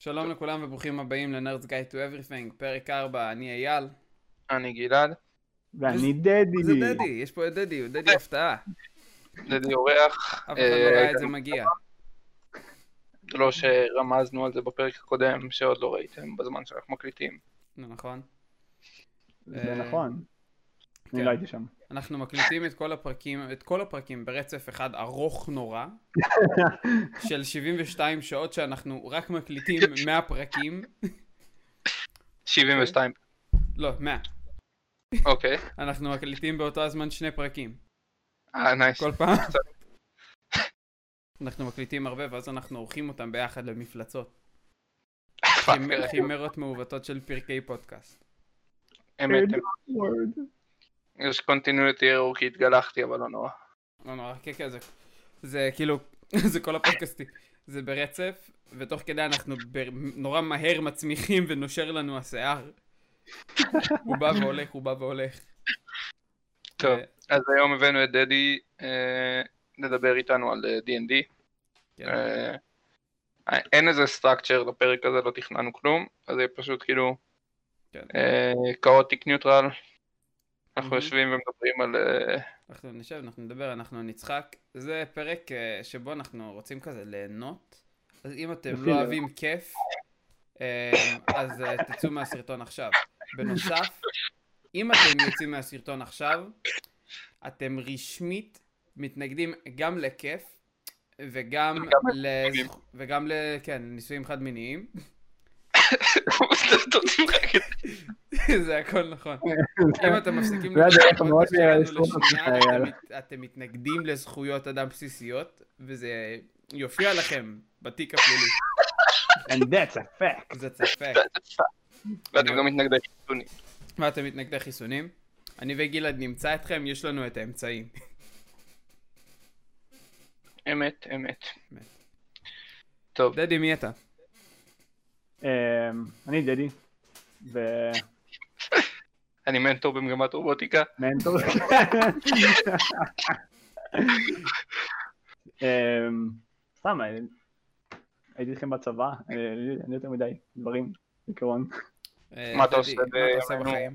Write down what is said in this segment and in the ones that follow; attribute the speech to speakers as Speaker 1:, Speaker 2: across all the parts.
Speaker 1: שלום לכולם וברוכים הבאים לנרדס Guide to Everything, פרק 4, אני אייל.
Speaker 2: אני גלעד,
Speaker 1: זה-
Speaker 3: ואני דדי.
Speaker 1: זה דדי, יש פה את דדי, הוא דדי הפתעה.
Speaker 2: דדי אורח,
Speaker 1: אף אחד לא ראה
Speaker 2: אה,
Speaker 1: את זה מגיע.
Speaker 2: לא שרמזנו על זה בפרק הקודם, שעוד לא ראיתם בזמן שאנחנו מקליטים.
Speaker 1: נו, נכון.
Speaker 3: זה
Speaker 1: אה,
Speaker 3: נכון.
Speaker 1: כן.
Speaker 3: אני לא הייתי שם.
Speaker 1: אנחנו מקליטים את כל הפרקים, את כל הפרקים ברצף אחד ארוך נורא, של 72 שעות שאנחנו רק מקליטים
Speaker 2: כן.
Speaker 1: 100 פרקים,
Speaker 2: 72,
Speaker 1: לא, 100.
Speaker 2: אוקיי,
Speaker 1: אנחנו מקליטים באותו הזמן שני פרקים,
Speaker 2: אה נייס,
Speaker 1: כל פעם. אנחנו מקליטים הרבה ואז אנחנו עורכים אותם ביחד למפלצות.
Speaker 2: פאק, כן.
Speaker 1: חימ- חימרות מעוותות של פרקי פודקאסט.
Speaker 2: אמת,
Speaker 1: כן.
Speaker 2: אה,
Speaker 3: Third word.
Speaker 2: יש קונטיניויטי ארור כי התגלחתי אבל לא נורא.
Speaker 1: לא נורא, כן כן, זה- זה כאילו, זה כל הפודקאסטים. זה ברצף, ותוך כדי אנחנו ב- נורא מהר מצמיחים ונושר לנו השיער. הוא בא והולך, הוא בא והולך.
Speaker 2: טוב,
Speaker 1: אה,
Speaker 2: אז היום הבאנו את דדי אה, לדבר איתנו על אה, D&D.
Speaker 1: כן.
Speaker 2: אה, אין איזה סטרקצ'ר לפרק הזה, לא תכננו כלום, אז זה פשוט כאילו
Speaker 1: כן.
Speaker 2: כאוטיק ניוטרל. אנחנו
Speaker 1: מהמם.
Speaker 2: יושבים ומדברים על אה,
Speaker 1: אנחנו נשב, אנחנו נדבר, אנחנו נצחק. זה פרק אה, שבו אנחנו רוצים כזה ליהנות. אז אם אתם לא
Speaker 3: אפילו.
Speaker 1: אוהבים כיף, אה, אז אה, תצאו מהסרטון עכשיו. בנוסף, אם אתם יוצאים מהסרטון עכשיו, אתם רשמית מתנגדים גם לכיף וגם
Speaker 2: לנישואים.
Speaker 1: לזכ- וגם ל... כן, נישואים חד מיניים. זה הכל נכון. אם אתם מפסיקים
Speaker 3: זה
Speaker 1: לקרוא את
Speaker 3: הדרך המאוד
Speaker 1: הפודקאסט שלנו
Speaker 3: לשלוח אותך,
Speaker 1: לשנייה,
Speaker 3: יאללה.
Speaker 1: אתם- אתם מתנגדים לזכויות אדם בסיסיות, וזה יופיע לכם בתיק הפלילי,
Speaker 3: And that's a fact.
Speaker 1: זה ספק.
Speaker 2: ואתם גם מתנגדים לחיסונים.
Speaker 1: ואתם מתנגדי חיסונים? אני וגלעד נמצא אתכם, יש לנו את האמצעים.
Speaker 2: אמת, אמת.
Speaker 1: אמת.
Speaker 2: טוב,
Speaker 1: דדי, מי אתה?
Speaker 3: אמ, אני דדי. ומנטור.
Speaker 2: אני מנטור במגמת רובוטיקה.
Speaker 3: אמ, סתם, אני- הייתי איתכם בצבא, אני אני לא יותר מדי דברים, עיקרון.
Speaker 1: אה,
Speaker 2: מה אתה
Speaker 1: דדי,
Speaker 2: עושה
Speaker 1: מה אתה עושה
Speaker 2: בימינו?
Speaker 1: בחיים?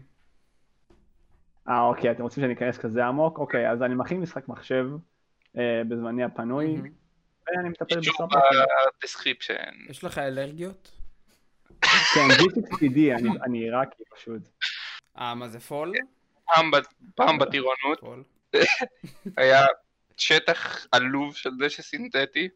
Speaker 3: אה, אוקיי, אתם רוצים שאני אכנס כזה עמוק? אוקיי, אז אני מכין משחק מחשב אה, בזמני הפנוי,
Speaker 1: מהמם.
Speaker 3: ואני מטפל
Speaker 2: שוב אה,
Speaker 3: בסוף.
Speaker 2: בדסקריפשן.
Speaker 1: יש לך אלרגיות?
Speaker 3: כן, G6PD, אני- אני עיראקי פשוט.
Speaker 1: אה, מה זה פול?
Speaker 2: כן. פעם ב- פעם בטירונות
Speaker 1: פול.
Speaker 2: היה שטח עלוב של דשא סינתטי.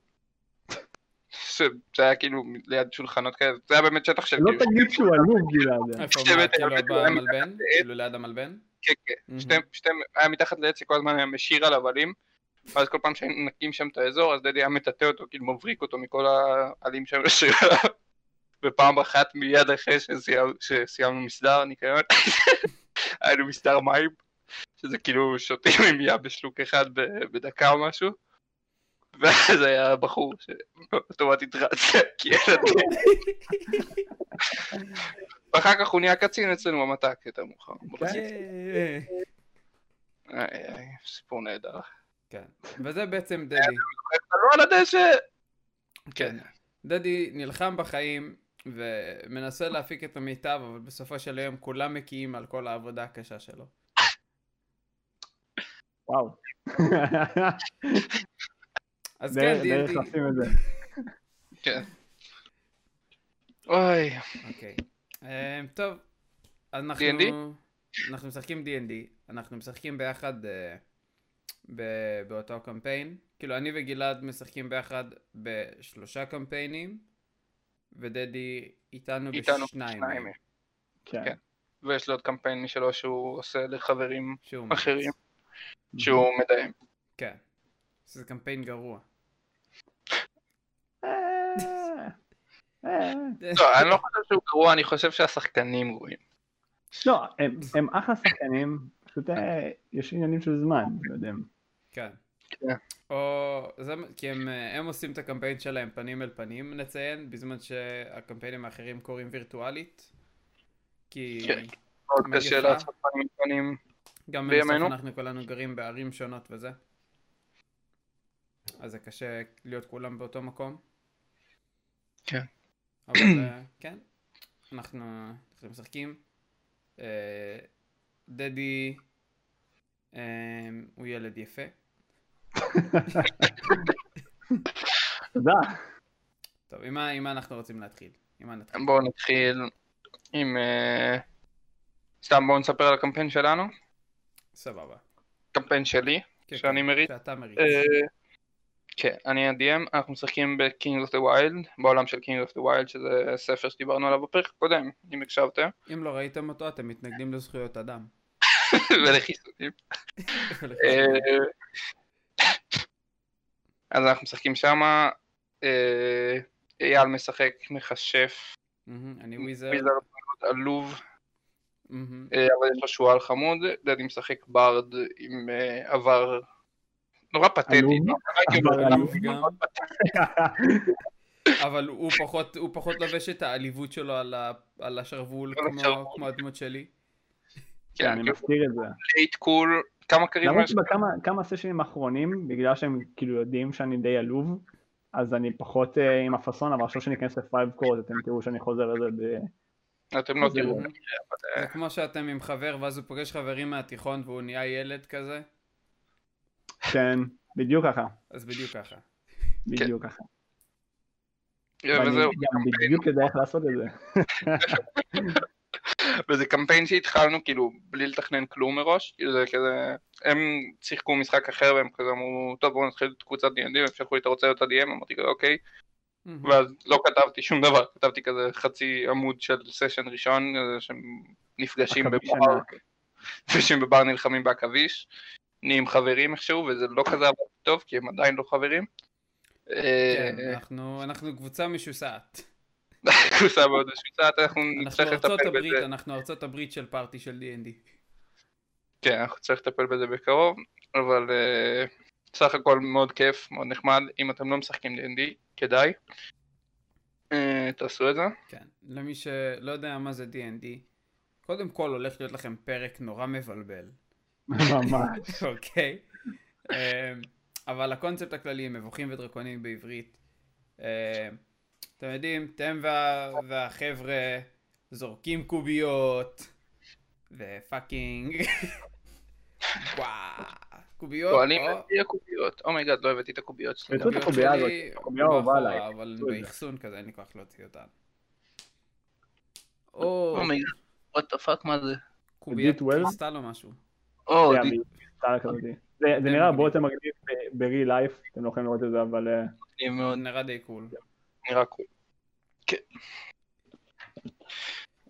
Speaker 2: שזה היה כאילו ליד שולחנות כאלה, זה היה באמת שטח של
Speaker 3: לא
Speaker 2: כאילו,
Speaker 3: תגיד שהוא עלוב גלעד.
Speaker 1: איפה,
Speaker 2: שתי
Speaker 1: מה,
Speaker 2: מטר,
Speaker 1: כאילו
Speaker 2: מטר,
Speaker 1: במלבן? כאילו ליד המלבן?
Speaker 2: אה, כן, כן. שתי-
Speaker 1: מהמם.
Speaker 2: שתי- היה מתחת לעץ שכל הזמן היה משיר עליו עלים, ואז כל פעם שהיינו נקים שם את האזור, אז דדי היה מטאטא אותו, כאילו מבריק אותו מכל העלים שהם משיר עליו. ופעם אחת מיד אחרי שסיימ- שסיימנו מסדר ניקיון, היה לנו מסדר מים, שזה כאילו שותים עם ים בשלוק אחד ב- בדקה או משהו. ואז היה בחור שאוטומטית רץ לילד. ואחר כך הוא נהיה קצין אצלנו במת"ק יותר מאוחר.
Speaker 1: אה, כן. יאה.
Speaker 2: איי, איי, סיפור נהדר.
Speaker 1: כן. וזה
Speaker 2: אה,
Speaker 1: בעצם דדי.
Speaker 2: לא על הדשא!
Speaker 1: כן.
Speaker 2: כן.
Speaker 1: דדי נלחם בחיים ומנסה להפיק את המיטב, אבל בסופו של היום כולם מקיאים על כל העבודה הקשה שלו.
Speaker 3: וואו.
Speaker 1: אז
Speaker 3: דרך-
Speaker 1: כן,
Speaker 3: דרך
Speaker 1: D&D.
Speaker 3: לשים את זה.
Speaker 2: כן. אוי,
Speaker 1: אוקיי. אה, טוב, אנחנו...
Speaker 2: D&D?
Speaker 1: אנחנו משחקים D&D, אנחנו משחקים ביחד אה, ב- באותו קמפיין. כאילו, אני וגלעד משחקים ביחד בשלושה קמפיינים, ודדי איתנו
Speaker 2: איתנו
Speaker 1: בשניים.
Speaker 2: שניים.
Speaker 1: מהם,
Speaker 3: כן.
Speaker 2: כן. ויש לו עוד קמפיין משלו שהוא עושה לחברים
Speaker 1: שהוא מריץ.
Speaker 2: אחרים
Speaker 3: Mhm.
Speaker 2: שהוא מדיים.
Speaker 1: כן. זה קמפיין גרוע.
Speaker 3: אה, אה.
Speaker 2: לא, אני לא חושב שהוא גרוע, אני חושב שהשחקנים גרועים.
Speaker 3: לא, הם- הם אחלה שחקנים, פשוט אה, יש עניינים של זמן, לא יודע.
Speaker 1: כן.
Speaker 2: כן.
Speaker 1: או, זה, כי הם, אה, הם עושים את הקמפיין שלהם פנים אל פנים נציין, בזמן שהקמפיינים האחרים קורים וירטואלית. כי
Speaker 2: כן. מאוד קשה
Speaker 1: מגפה.
Speaker 2: לעשות פנים פנים.
Speaker 1: גם
Speaker 2: בימינו.
Speaker 1: בנוסף אנחנו כולנו גרים בערים שונות וזה. אז זה קשה להיות כולם באותו מקום.
Speaker 2: כן.
Speaker 1: אבל אה, כן, אנחנו אנחנו משחקים. אה, דדי אה, הוא ילד יפה.
Speaker 3: תודה.
Speaker 1: טוב, עם מה עם מה אנחנו רוצים להתחיל? עם מה נתחיל?
Speaker 2: בואו נתחיל עם... אה, סתם בואו נספר על הקמפיין שלנו,
Speaker 1: סבבה.
Speaker 2: קמפיין שלי.
Speaker 1: כן,
Speaker 2: שאני
Speaker 1: כן,
Speaker 2: מריץ?
Speaker 1: שאתה מריץ.
Speaker 2: אה, כן, אני ה-DM, אנחנו משחקים ב-King of the Wild, בעולם של King of the Wild, שזה ספר שדיברנו עליו בפרק הקודם, אם הקשבתם,
Speaker 1: אם לא ראיתם אותו, אתם מתנגדים לזכויות אדם.
Speaker 2: ולחיסונים. אה, אז אנחנו משחקים שמה, אה, אייל משחק מכשף,
Speaker 1: מהמם, אני וויזר.
Speaker 2: וויזרד מאוד עלוב, אה, אבל יש לו שועל חמוד, דדי משחק ברד עם אה, עבר נורא פתטי,
Speaker 3: עלוב?
Speaker 2: לא?
Speaker 3: עבר
Speaker 2: אבל-
Speaker 3: עלוב.
Speaker 1: אבל הוא פחות, הוא פחות לובש את העליבות שלו על, ה, על השרוול
Speaker 2: על
Speaker 1: כמו,
Speaker 2: השרוול.
Speaker 1: כמו הדמות שלי.
Speaker 2: כן,
Speaker 3: אני מזכיר את זה.
Speaker 2: לייט קול, כמה קרים
Speaker 3: למרות
Speaker 2: יש?
Speaker 3: שבכמה סשנים האחרונים, בגלל שהם כאילו יודעים שאני די עלוב, אז אני פחות אה, עם הפאסון, אבל עכשיו שניכנס לפייב קורט, אתם תראו שאני חוזר לזה ב...
Speaker 2: אתם לא
Speaker 3: זה-
Speaker 2: תראו.
Speaker 1: זה כמו שאתם עם חבר ואז הוא פוגש חברים מהתיכון והוא נהיה ילד כזה,
Speaker 3: כן, בדיוק ככה.
Speaker 1: אז בדיוק ככה.
Speaker 2: כן.
Speaker 3: בדיוק ככה. ואני
Speaker 2: אה, וזהו,
Speaker 3: גם בדיוק יודע איך לעשות את זה.
Speaker 2: וזה קמפיין שהתחלנו כאילו בלי לתכנן כלום מראש, כאילו זה כזה, הם שיחקו משחק אחר והם כזה אמרו, טוב בואו נתחיל את קבוצת D&D, והם שלחו לי אתה רוצה להיות ה-DM, אמרתי כזה אוקיי,
Speaker 1: מהמם.
Speaker 2: ואז לא כתבתי שום דבר, כתבתי כזה חצי עמוד של סשן ראשון, כזה שהם נפגשים
Speaker 3: עכביש
Speaker 2: בבר,
Speaker 3: ענק.
Speaker 2: נפגשים בבר נלחמים בעכביש, נהיים חברים איכשהו, וזה לא כזה עבד טוב, כי הם עדיין לא חברים. אה,
Speaker 1: כן, אנחנו, אנחנו קבוצה משוסעת.
Speaker 2: קבוצה אה, מאוד משוצעת, אנחנו
Speaker 1: אנחנו
Speaker 2: נצטרך
Speaker 1: ארצות
Speaker 2: לטפל
Speaker 1: הברית,
Speaker 2: בזה.
Speaker 1: אנחנו ארצות הברית של פארטי של D&D.
Speaker 2: כן, אנחנו נצטרך לטפל בזה בקרוב, אבל אה, סך הכל מאוד כיף, מאוד נחמד. אם אתם לא משחקים D&D, כדאי. אה, תעשו את זה.
Speaker 1: כן. למי שלא יודע מה זה D&D, קודם כל הולך להיות לכם פרק נורא מבלבל.
Speaker 3: ממש.
Speaker 1: אוקיי. אמ, אבל הקונספט הכללי, מבוכים ודרקונים בעברית. אמ, אתם יודעים, אתם וה- והחבר'ה זורקים קוביות, ופאקינג... וואו, קוביות,
Speaker 2: לא, אני
Speaker 1: או-
Speaker 2: הבאתי הקוביות. אומייגד, לא הבאתי את הקוביות שלי.
Speaker 1: אה,
Speaker 3: רצו את הקובייה הזאת,
Speaker 1: שלי
Speaker 3: הקובייה האהובה
Speaker 1: מאחורה,
Speaker 3: עליי.
Speaker 1: אבל
Speaker 3: רצו את זה.
Speaker 1: באחסון כזה, אין לי כוח להוציא אותן. או
Speaker 2: אומייגד, Oh what the fuck, מה זה?
Speaker 1: קוביית
Speaker 3: did well?
Speaker 1: קריסטל או משהו.
Speaker 2: או,
Speaker 3: זה
Speaker 2: די-
Speaker 3: הביצה כזאתי. זה- זה נראה הרבה יותר מגניב ב-real life, אתם לא יכולים לראות את זה, אבל אה,
Speaker 2: אני מאוד
Speaker 1: נראה די קול.
Speaker 2: נראה קול. כן.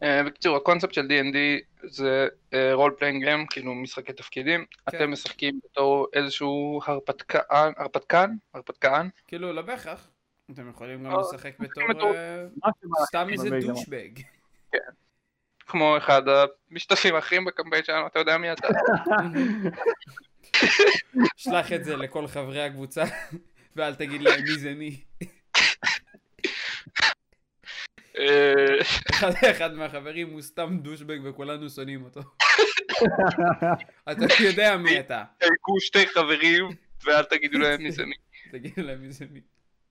Speaker 2: אה, בקיצור, הקונספט של D&D זה אה, רול פליינג גיים, כאילו משחקי תפקידים.
Speaker 1: כן.
Speaker 2: אתם משחקים בתור איזשהו הרפתקן, הרפתקן? הרפתקן?
Speaker 1: כאילו, לא בהכרח. אתם יכולים גם
Speaker 2: לא,
Speaker 1: לשחק בתור
Speaker 2: בתור-
Speaker 1: אה,
Speaker 3: מה שבא
Speaker 1: סתם איזה
Speaker 3: אבל זה גם-
Speaker 1: דושבג.
Speaker 2: כמו אחד המשתתפים האחרים בקמפיין שלנו, אתה יודע מי אתה.
Speaker 1: שלח את זה לכל חברי הקבוצה, ואל תגיד להם מי זה מי.
Speaker 2: אה,
Speaker 1: אחד, אחד מהחברים הוא סתם דושבג וכולנו שונאים אותו. אתה יודע מי אתה.
Speaker 2: תהיגו שתי חברים, ואל תגידו להם מי זה מי.
Speaker 1: תגיד להם מי זה מי.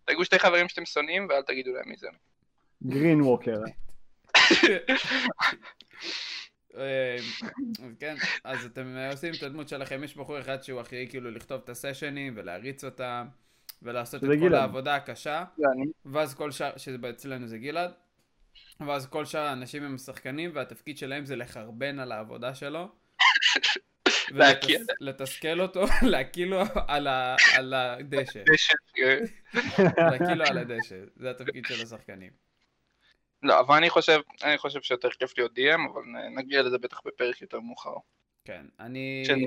Speaker 2: תהיגו שתי חברים שאתם שונאים, ואל תגידו להם מי זה מי.
Speaker 3: גרין ווקר.
Speaker 1: אה, אז כן, אז אתם אה, עושים את הדמות שלכם, יש בחור אחד שהוא אחראי כאילו לכתוב את הסשנים ולהריץ אותם ולעשות את
Speaker 3: זה
Speaker 1: כל
Speaker 3: גלעד.
Speaker 1: העבודה הקשה. ואז כל שאר, שזה אצלנו זה גלעד, ואז כל שאר האנשים הם שחקנים, והתפקיד שלהם זה לחרבן על העבודה שלו.
Speaker 2: להקיא.
Speaker 1: ולתסכל אותו, להקיא לו על, ה, על הדשא,
Speaker 2: יש, אה,
Speaker 1: להקיא לו על הדשא, זה התפקיד של השחקנים.
Speaker 2: לא, אבל אני חושב, אני חושב שיותר כיף להיות DM, אבל נ- נגיע לזה בטח בפרק יותר מאוחר.
Speaker 1: כן,
Speaker 2: אה.
Speaker 1: אני...
Speaker 2: שנדבר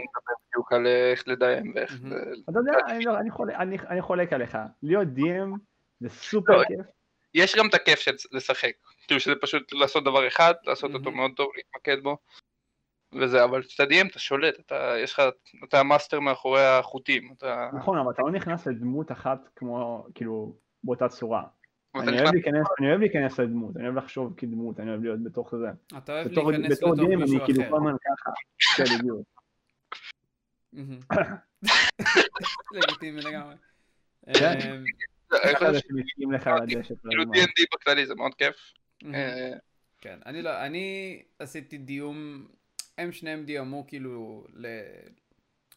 Speaker 2: בדיוק על אה, איך לדיים ואיך...
Speaker 1: Mhm.
Speaker 2: ל-
Speaker 3: אתה יודע, אני לא- אני חולק- אני- אני חולק עליך, להיות DM זה סופר
Speaker 2: לא,
Speaker 3: כיף.
Speaker 2: יש גם את הכיף של לשחק, כאילו שזה פשוט לעשות דבר אחד, לעשות אותו
Speaker 1: Mhm.
Speaker 2: מאוד טוב, להתמקד בו. וזה, אבל כשאתה DM אתה שולט, אתה, יש לך, אתה המאסטר מאחורי החוטים, אתה...
Speaker 3: נכון, אבל אתה לא נכנס לדמות אחת כמו, כאילו, באותה צורה.
Speaker 2: אתה
Speaker 3: אני
Speaker 2: נכנס-
Speaker 3: אוהב להיכנס- אני אוהב להיכנס לדמות, אני אוהב לחשוב כדמות, אני אוהב להיות בתוך זה.
Speaker 1: אתה אוהב
Speaker 3: בתור
Speaker 1: להיכנס
Speaker 3: בתור
Speaker 1: בתור
Speaker 3: DM אני
Speaker 1: מישהו
Speaker 3: כאילו
Speaker 1: אחר.
Speaker 3: כל הזמן ככה. כן, בדיוק.
Speaker 1: מהמם. לגיטימי לגמרי.
Speaker 3: כן.
Speaker 1: אמ,
Speaker 2: אני
Speaker 3: ככה זה
Speaker 2: חושב כאילו
Speaker 3: שמציעים לך על הדשא כל
Speaker 2: אה, שכאילו
Speaker 3: הזמן.
Speaker 2: D&D בכללי זה מאוד כיף. אה,
Speaker 1: כן, אני לא, אני עשיתי דיום, הם שניהם דיאמו כאילו ל...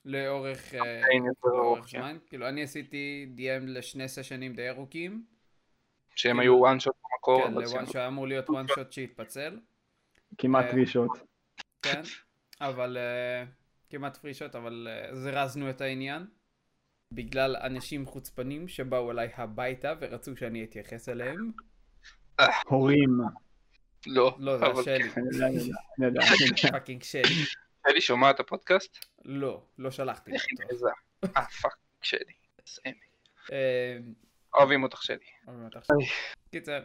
Speaker 1: לאורך, אה,
Speaker 2: קמפיין יותר ארוך,
Speaker 1: לאורך
Speaker 2: כן.
Speaker 1: זמן, כאילו אני עשיתי DM לשני סשנים די ארוכים,
Speaker 2: שהם
Speaker 1: כן.
Speaker 2: היו one shot במקור,
Speaker 1: כן,
Speaker 2: אבל זה
Speaker 1: לוואן שהיה אמור להיות one shot שהתפצל,
Speaker 3: כמעט
Speaker 1: אה,
Speaker 3: טרישות.
Speaker 1: כן, אבל אה, כמעט פרישות, אבל אה, זרזנו את העניין, בגלל אנשים חוצפנים שבאו אליי הביתה ורצו שאני אתייחס אליהם,
Speaker 3: הורים. אה,
Speaker 2: לא.
Speaker 1: לא, זה
Speaker 2: אבל-
Speaker 1: השלי,
Speaker 3: אני יודע, אני יודע, אני יודע, אני יודע.
Speaker 1: פאקינג שלי,
Speaker 2: שלי שומע את הפודקאסט?
Speaker 1: לא, לא שלחתי לו אותו,
Speaker 2: איזה... אה, פאק, שלי. איזה אמי.
Speaker 1: אה,
Speaker 2: אוהבים אותך שלי.
Speaker 1: אומרים אותך שלי. קיצר,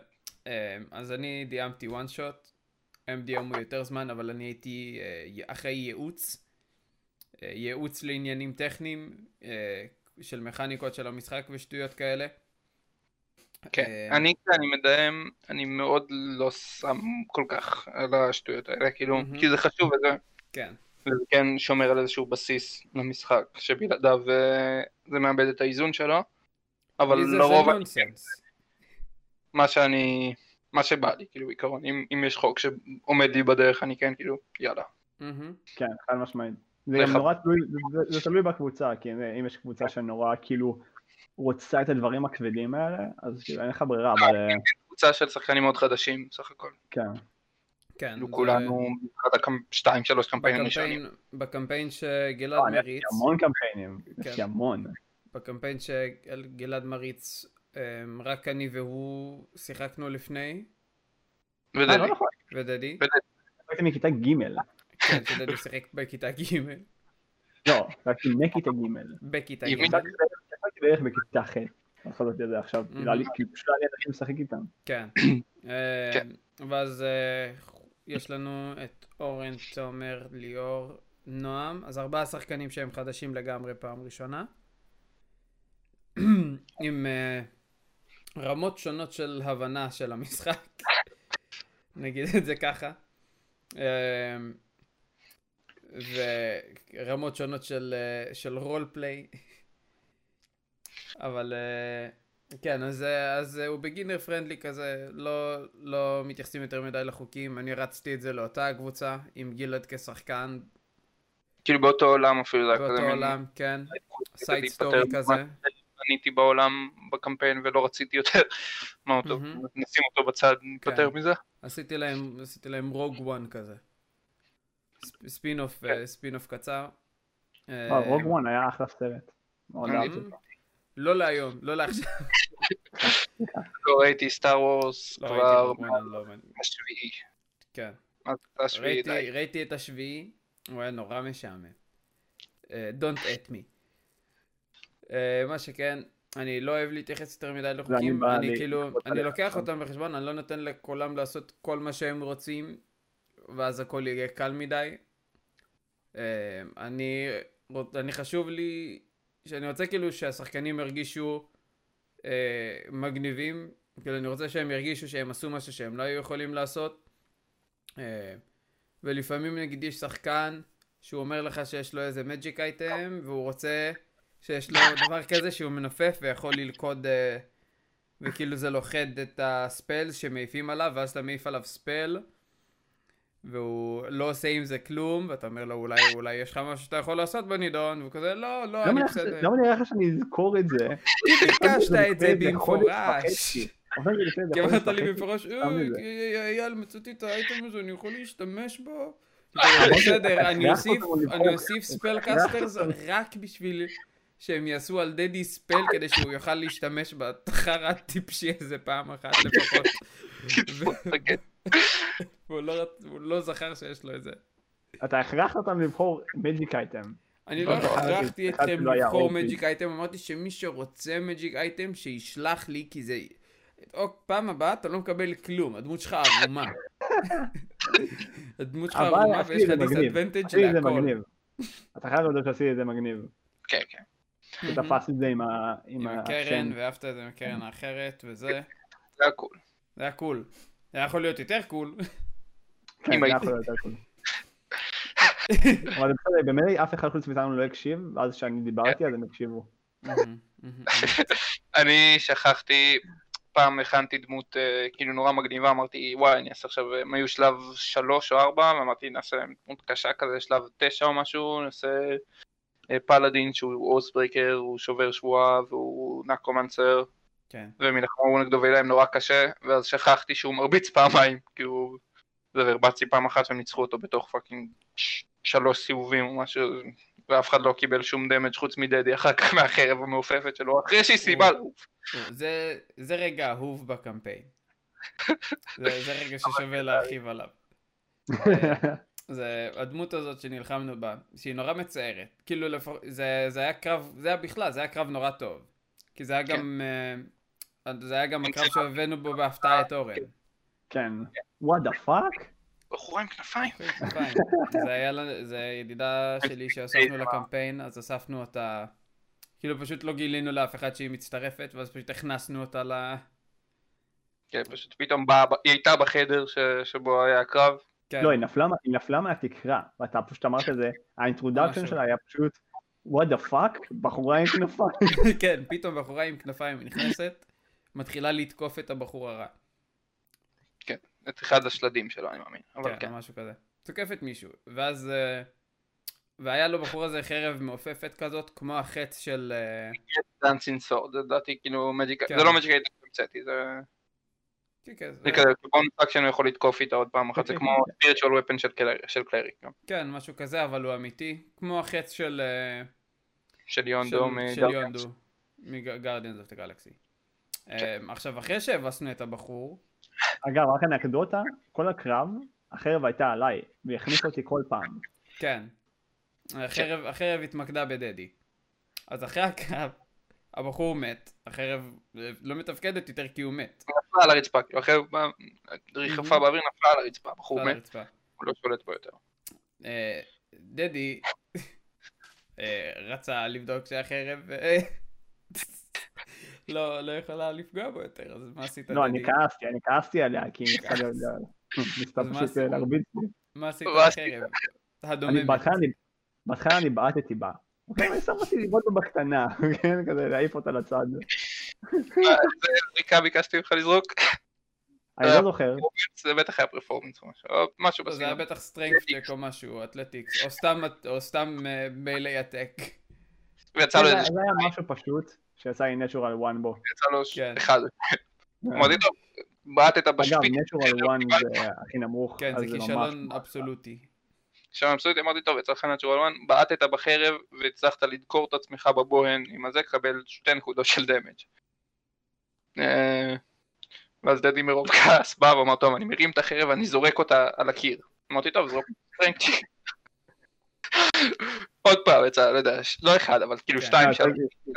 Speaker 1: אה, אז אני דיאמתי one shot, הם דיאמו יותר זמן, אבל אני הייתי אה, אחרי ייעוץ, אה, ייעוץ לעניינים טכניים, אה, של מכניקות של המשחק ושטויות כאלה.
Speaker 2: כן,
Speaker 1: אה,
Speaker 2: אני כשאני מדהם, אני מאוד לא שם כל כך על השטויות האלה, כאילו,
Speaker 1: מהמם.
Speaker 2: כי זה חשוב וזה,
Speaker 1: כן,
Speaker 2: וזה כן שומר על איזשהו בסיס למשחק, שבלעדיו אה, זה מאבד את האיזון שלו, אבל
Speaker 1: לי זה- זה
Speaker 2: לרוב
Speaker 1: נונסנס.
Speaker 2: מה שאני, מה שבא לי, כאילו בעיקרון, אם, אם יש חוק שעומד לי בדרך, אני כן, כאילו, יאללה.
Speaker 1: מהמם.
Speaker 3: כן, חד משמעית. זה
Speaker 2: זה
Speaker 3: גם
Speaker 2: חב-
Speaker 3: נורא תלוי, זה- זה- זה תלוי בקבוצה, כי אם- אם יש קבוצה שנורא כאילו רוצה את הדברים הכבדים האלה, אז כאילו אין לך ברירה, אבל אה,
Speaker 2: קבוצה של שחקנים מאוד חדשים, סך הכל.
Speaker 3: כן.
Speaker 1: כן,
Speaker 2: כאילו
Speaker 1: זה-
Speaker 2: כולנו, אחד הקמפ... שתיים, שלוש קמפיינים ראשונים.
Speaker 1: בקמפיין, בקמפיין שגלעד
Speaker 3: לא, אני
Speaker 1: מריץ,
Speaker 3: עשיתי המון קמפיינים,
Speaker 1: כן.
Speaker 3: עשיתי המון.
Speaker 1: בקמפיין שגלעד מריץ, אה, רק אני והוא שיחקנו לפני,
Speaker 2: וזה
Speaker 3: אה,
Speaker 2: לי.
Speaker 3: לא נכון,
Speaker 1: ודדי,
Speaker 3: הייתי מכיתה ג'.
Speaker 1: כן, שדדי שיחק בכיתה ג',
Speaker 3: לא, הייתי מכיתה ג'.
Speaker 1: בכיתה
Speaker 2: ימין.
Speaker 1: ג',
Speaker 3: שיחקתי בערך- שיחקתי בערך בכיתה ח'. אני יכול לדעת את זה עכשיו,
Speaker 1: Mhm.
Speaker 3: נראה לי, כאילו פשוט לא היה לי אנשים לשחק איתם.
Speaker 1: כן. אה,
Speaker 2: כן.
Speaker 1: ואז אה, יש לנו את אורן, תומר, ליאור, נועם, אז ארבעה שחקנים שהם חדשים לגמרי פעם ראשונה. עם אה, רמות שונות של הבנה של המשחק, נגיד את זה ככה. אה, ורמות שונות של, אה, של רול פליי. אבל אה, כן, אז, אה, אז אה, הוא בגינר פרנדלי כזה, לא, לא מתייחסים יותר מדי לחוקים. אני רצתי את זה לאותה הקבוצה, עם גלעד כשחקן,
Speaker 2: כאילו באותו עולם אפילו, זה היה כזה
Speaker 1: באותו
Speaker 2: מין-
Speaker 1: עולם, כן, סייד
Speaker 2: להיפטר
Speaker 1: סטורי
Speaker 2: ממה-
Speaker 1: כזה.
Speaker 2: עניתי בעולם בקמפיין ולא רציתי יותר. מה אותו,
Speaker 1: מהמם. כן.
Speaker 2: נשים אותו בצד, ניפטר מזה.
Speaker 1: עשיתי להם, עשיתי להם רוג וואן כזה. ספ- ספין-אוף,
Speaker 2: כן.
Speaker 1: אה, ספין-אף קצר. אה,
Speaker 3: רוג וואן היה אחלה סרט. מאוד
Speaker 2: אני-
Speaker 3: אהבתי אותו.
Speaker 1: לא להיום, לא לעכשיו.
Speaker 2: לא ראיתי סטאר וורס
Speaker 1: לא ראיתי
Speaker 2: כבר
Speaker 1: רוג וואן, אני לא מבין.
Speaker 2: השביעי.
Speaker 1: כן.
Speaker 2: מה זה השביעי?
Speaker 1: ראיתי-
Speaker 2: די.
Speaker 1: ראיתי את השביעי, הוא היה נורא משעמם. אה, Don't at me. אה, מה שכן, אני לא אוהב להתייחס יותר מדי לחוקים,
Speaker 3: בא
Speaker 1: אני
Speaker 3: לי-
Speaker 1: כאילו,
Speaker 3: לקפוץ
Speaker 1: אני
Speaker 3: עליך
Speaker 1: לוקח
Speaker 3: עכשיו.
Speaker 1: אותם בחשבון, אני לא נותן לכולם לעשות כל מה שהם רוצים, ואז הכל יהיה קל מדי. אה, אני, רוצ- אני חשוב לי, שאני רוצה כאילו שהשחקנים ירגישו אה, מגניבים, כאילו אני רוצה שהם ירגישו שהם עשו משהו שהם לא היו יכולים לעשות. אה, ולפעמים נגיד יש שחקן שהוא אומר לך שיש לו איזה מג'יק אייטם, והוא רוצה שיש לו דבר כזה שהוא מנופף ויכול ללכוד, אה, וכאילו זה לוכד את הספל שמעיפים עליו, ואז אתה מעיף עליו ספל, והוא לא עושה עם זה כלום, ואתה אומר לו אולי, אולי יש לך משהו שאתה יכול לעשות בנידון, והוא כזה לא, לא,
Speaker 3: למה
Speaker 1: אני
Speaker 3: נראה לך-
Speaker 1: בסדר.
Speaker 3: למה נראה לך שאני אזכור את זה?
Speaker 1: ביקשת את זה
Speaker 3: לפני איזה חודש
Speaker 1: במפורש.
Speaker 3: וחצי. אבל זה לפני איזה חודש
Speaker 1: אמרת לי
Speaker 3: וחצי.
Speaker 1: במפורש, "אה,
Speaker 3: סתם מזה.
Speaker 1: אה, אייל, מצאתי את האייטם הזה, אני יכול להשתמש בו?
Speaker 3: אה, אמרתי,
Speaker 1: בסדר,
Speaker 3: אתה
Speaker 1: אני
Speaker 3: הכרחת
Speaker 1: אוסיף-
Speaker 3: אותנו לבחור.
Speaker 1: אני אוסיף ספל
Speaker 3: הכרחת
Speaker 1: קאסטרס רק בשביל שהם יעשו על דדי ספל כדי שהוא יוכל להשתמש בתחר הטיפשי הזה פעם אחת לפחות. ו-
Speaker 2: אוקיי.
Speaker 1: והוא לא רצ- הוא לא זכר שיש לו את זה.
Speaker 3: אתה הכרחת אותם לבחור מג'יק אייטם.
Speaker 1: אני לא
Speaker 3: לא זכרתי,
Speaker 1: הכרחתי
Speaker 3: אחד
Speaker 1: אתכם
Speaker 3: שלא היה
Speaker 1: לבחור
Speaker 3: אופי.
Speaker 1: מג'יק אייטם, אמרתי שמי שרוצה מג'יק אייטם שישלח לי כי זה... או פעם הבאה אתה לא מקבל כלום, הדמות שלך ערומה. הדמות שלך
Speaker 3: אבל
Speaker 1: ערומה
Speaker 3: אחי,
Speaker 1: ויש לך
Speaker 3: זה מגניב.
Speaker 1: דיסאדוונטג'
Speaker 3: עשיתי את זה
Speaker 1: להכל.
Speaker 3: מגניב. אתה חייב להודות שעשיתי את זה מגניב.
Speaker 2: כן, כן.
Speaker 3: שתפס את זה עם ה- כן,
Speaker 1: עם
Speaker 3: עם השם.
Speaker 1: הקרן, ואהבת את זה מהקרן האחרת, וזה.
Speaker 2: זה היה קול.
Speaker 1: זה היה קול. זה היה יכול להיות יותר קול.
Speaker 3: כן,
Speaker 2: אם
Speaker 3: זה
Speaker 2: הייתי-
Speaker 3: יכול להיות הכל. לא אבל בסדר, במילא אף אחד חוץ מאיתנו לא הקשיב, ואז כשאני דיברתי אז הם הקשיבו.
Speaker 1: מהמם, מהמם,
Speaker 2: אני שכחתי, פעם הכנתי דמות אה, כאילו נורא מגניבה, אמרתי וואי אני אעשה עכשיו, הם היו שלב שלוש או ארבע, ואמרתי נעשה להם דמות קשה כזה, שלב תשע או משהו, נעשה אה, פלאדין שהוא אוסברייקר, הוא שובר שבועה והוא נקרומנסר,
Speaker 1: כן.
Speaker 2: והם ילחמו נגדו ויהיה להם נורא קשה, ואז שכחתי שהוא מרביץ פעמיים, כי הוא... והרבצתי פעם אחת שהם ניצחו אותו בתוך פאקינג ש- שלוש סיבובים או משהו, ואף אחד לא קיבל שום דמג' חוץ מדדי אחר כך מהחרב המעופפת שלו, אחרי שהיא סיימה לעוף.
Speaker 1: טוב, זה- זה רגע אהוב בקמפיין. זה זה רגע ששווה להרחיב עליו. זה הדמות הזאת שנלחמנו בה, שהיא נורא מצערת. כאילו, לפח... זה, זה היה קרב, זה היה בכלל, זה היה קרב נורא טוב. כי זה היה
Speaker 2: כן.
Speaker 1: גם, אה, זה היה גם הקרב שהבאנו בו בהפתעה את אורן.
Speaker 3: כן. וואט דה פאק?
Speaker 2: בחורה עם כנפיים.
Speaker 1: כנפיים. זה היה, לנו- זה ידידה שלי שהוספנו לקמפיין, אז אספנו אותה, כאילו פשוט לא גילינו לאף אחד שהיא מצטרפת, ואז פשוט הכנסנו אותה ל...
Speaker 2: כן, פשוט פתאום באה, היא הייתה בחדר ש... שבו היה הקרב.
Speaker 1: כן,
Speaker 3: לא, היא נפלה, מה- היא נפלה מהתקרה, ואתה פשוט אמרת את זה, האינטרודקשן
Speaker 1: משהו.
Speaker 3: שלה היה פשוט וואט דה פאק? בחורה עם כנפיים.
Speaker 1: כן, פתאום בחורה עם כנפיים נכנסת, מתחילה לתקוף את הבחור הרע.
Speaker 2: את אחד השלדים שלו אני מאמין, אבל
Speaker 1: כן,
Speaker 2: כן.
Speaker 1: משהו כזה. תוקפת מישהו, ואז... אה, והיה לו בחור הזה חרב מעופפת כזאת, כמו החץ של... אה,
Speaker 2: דאנסינג סורד, זה לדעתי כאילו מג'יק,
Speaker 1: כן.
Speaker 2: זה לא מג'יק הייטק שהמצאתי, זה
Speaker 1: כן, כן,
Speaker 2: זה
Speaker 1: זה-
Speaker 2: כזה, בונוס אקשן הוא יכול לתקוף איתה עוד פעם אחת, זה כמו spiritual weapon של קלר- של קלריק, גם.
Speaker 1: כן, משהו כזה, אבל הוא אמיתי. כמו החץ של... אה,
Speaker 2: של
Speaker 1: של-
Speaker 2: יונדו. מ-
Speaker 1: של יונדו, מגרדיאנס אוף הגלקסי.
Speaker 2: כן.
Speaker 1: אמ, עכשיו, אחרי שהבסנו את הבחור,
Speaker 3: אגב, רק אנקדוטה, כל הקרב, החרב הייתה עליי, והיא הכניסה אותי כל פעם.
Speaker 1: כן, החרב החרב התמקדה בדדי. אז אחרי הקרב, הבחור מת, החרב אה, לא מתפקדת יותר כי הוא מת.
Speaker 2: נפלה על הרצפה, כאילו אחרי ריחפה באוויר נפלה על הרצפה, בחור
Speaker 1: על
Speaker 2: מת,
Speaker 1: הרצפה.
Speaker 2: הוא לא שולט בו יותר.
Speaker 1: אה, דדי אה, רצה לבדוק שהחרב אה, לא לא יכולה לפגוע בו יותר, אז מה עשית
Speaker 3: לא, אני
Speaker 1: דדי?
Speaker 3: כעסתי, אני כעסתי עליה, כי היא ניסתה ל- ל- ניסתה
Speaker 1: אז מה
Speaker 3: פשוט אה,
Speaker 1: עשית?
Speaker 3: להרביץ לי.
Speaker 1: מה עשית
Speaker 2: מה עשית?
Speaker 1: לחרב?
Speaker 3: אני
Speaker 1: הדוממת.
Speaker 3: בהתחלה אני- בהתחלה אני בעטתי בה. אוקיי, אני שם אותי לבעוט בה בקטנה, כן, כזה להעיף אותה לצד.
Speaker 2: אה, זה ריקה ביקשתי ממך לזרוק,
Speaker 3: אני לא זוכר,
Speaker 2: זה בטח היה פרפורמנס או משהו, או משהו
Speaker 1: זה היה
Speaker 2: בסגנון.
Speaker 1: בטח סטרנגפ צ'ק או משהו, אתלטיקס, או סתם, או סתם אה, מיילי הטק.
Speaker 2: ויצא
Speaker 3: זה
Speaker 2: לו
Speaker 3: זה
Speaker 2: איזה ש-
Speaker 3: היה משהו פשוט, שיצא לי נטורל 1 בו.
Speaker 2: יצא לו ש-
Speaker 1: כן.
Speaker 2: אחד. אמרתי טוב, בעטת
Speaker 3: אה, אגב,
Speaker 2: בשפיץ,
Speaker 3: נטורל 1 זה הכי נמוך,
Speaker 1: כן,
Speaker 3: אז
Speaker 1: זה
Speaker 3: זה ממש...
Speaker 1: כישלון אבסולוטי.
Speaker 2: שם מבסוט, אמרתי טוב, יצא לך נטורלמן, בעטת בחרב והצלחת לדקור את עצמך בבוהן, עם הזה קבל שתי נקודות של דמג'. אה, ואז דדי מרוב כעס בא ואמר טוב, אני מרים את החרב ואני זורק אותה על הקיר. אמרתי טוב, זרוק פרנק צ'יק." עוד פעם יצא, לא יודע, ש- לא אחד, אבל כאילו
Speaker 1: כן,
Speaker 2: שתיים,
Speaker 3: אה,
Speaker 2: שלוש,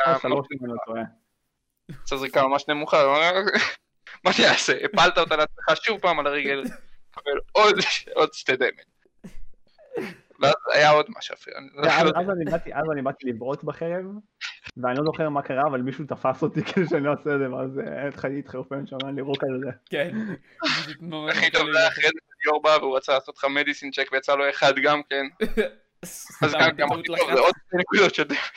Speaker 3: אה, שלוש, אם אני לא טועה.
Speaker 2: יצא זריקה ממש נמוכה, מה אני אעשה, הפלת אותה לעצמך שוב פעם על הרגל, קבל עוד- עוד שתי דמג'. ואז היה עוד משהו אפילו, אני לא-
Speaker 3: ואז- אז אני באתי- אז אני באתי לבעוט בחרב, ואני לא זוכר מה קרה, אבל מישהו תפס אותי כאילו שאני לא עושה את זה, ואז אה, התחלתי להתחרפן שם, לירוק על זה.
Speaker 1: כן. פשוט ממש
Speaker 2: הכי טוב אה?
Speaker 1: מתחילים
Speaker 2: זה היה אחרי זה ליאור בא והוא רצה לעשות לך מדיסין צ'ק ויצא לו אחד גם כן.
Speaker 1: סתם
Speaker 2: אז גם
Speaker 1: בטעות
Speaker 2: אמרתי טוב
Speaker 1: לחץ.
Speaker 2: זה עוד שתי נקודות של דרך.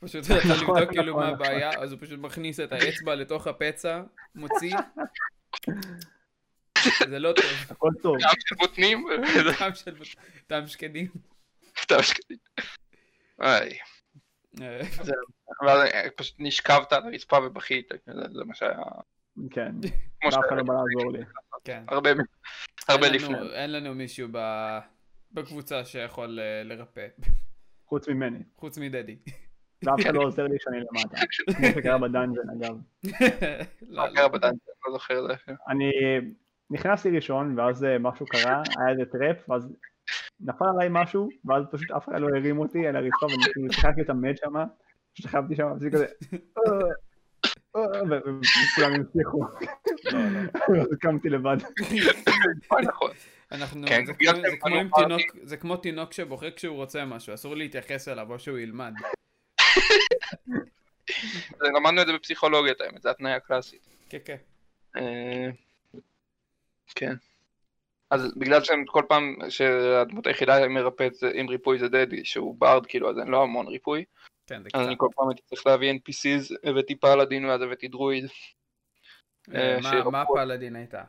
Speaker 1: פשוט רצה
Speaker 3: נכון,
Speaker 1: לבדוק כאילו מה
Speaker 3: נכון, נכון.
Speaker 1: הבעיה, אז הוא פשוט מכניס את האצבע לתוך הפצע, מוציא. זה לא טוב,
Speaker 3: הכל טוב.
Speaker 2: טעם של בוטנים וזה
Speaker 1: טעם של טעם שקדים.
Speaker 2: טעם של... איי.
Speaker 1: אה,
Speaker 2: ואז אה, פשוט נשכבת על הרצפה ובכית. אה, זה- זה מה שהיה.
Speaker 3: כן,
Speaker 2: כמו
Speaker 3: ואף אחד
Speaker 2: שהיה
Speaker 3: לא בא לעזור לי.
Speaker 1: כן.
Speaker 2: הרבה- הרבה
Speaker 1: אין לנו-
Speaker 2: לפני.
Speaker 1: אין לנו מישהו ב- בקבוצה שיכול אה, לרפא,
Speaker 3: חוץ ממני.
Speaker 1: חוץ מדדי.
Speaker 3: ואף אחד לא עוזר לי שאני למטה. כמו שקרה בדאנג'ן, אגב.
Speaker 1: לא,
Speaker 2: מה
Speaker 1: לא.
Speaker 2: קרה בדנג'ן? לא זוכר את זה.
Speaker 3: אני נכנסתי ראשון, ואז אה, משהו קרה, היה איזה טראפ, ואז נפל עליי משהו, ואז פשוט אף אחד לא הרים אותי על הרצפה, ואני כאילו שיחקתי את המת שמה, פשוט שכבתי שם, ועשיתי כזה, "אה, אה", ו- ו- וכולם המשיכו,
Speaker 1: לא, לא.
Speaker 3: אז קמתי לבד.
Speaker 2: אה, נכון.
Speaker 1: אנחנו,
Speaker 2: כן,
Speaker 1: זה,
Speaker 2: בגלל
Speaker 1: כמו, זה,
Speaker 2: שהם
Speaker 1: כמו עם
Speaker 2: פנו
Speaker 1: תינוק, זה כמו תינוק שבוכה כשהוא רוצה משהו, אסור להתייחס אליו או שהוא ילמד.
Speaker 2: זה- למדנו את זה בפסיכולוגיה את האמת, זו התניה קלאסית.
Speaker 1: כן, כן.
Speaker 2: אה, כן. אז בגלל שהם כל פעם שהדמות היחידה מרפאת זה- עם ריפוי זה דדי שהוא ברד כאילו אז אין לו המון ריפוי
Speaker 1: כן, זה
Speaker 2: אני
Speaker 1: קצת.
Speaker 2: כל פעם הייתי צריך להביא NPCs, הבאתי פאלאדין ואז הבאתי דרואיד.
Speaker 1: אה, מה-
Speaker 2: שירפאו.
Speaker 1: מה פלאדין הייתה?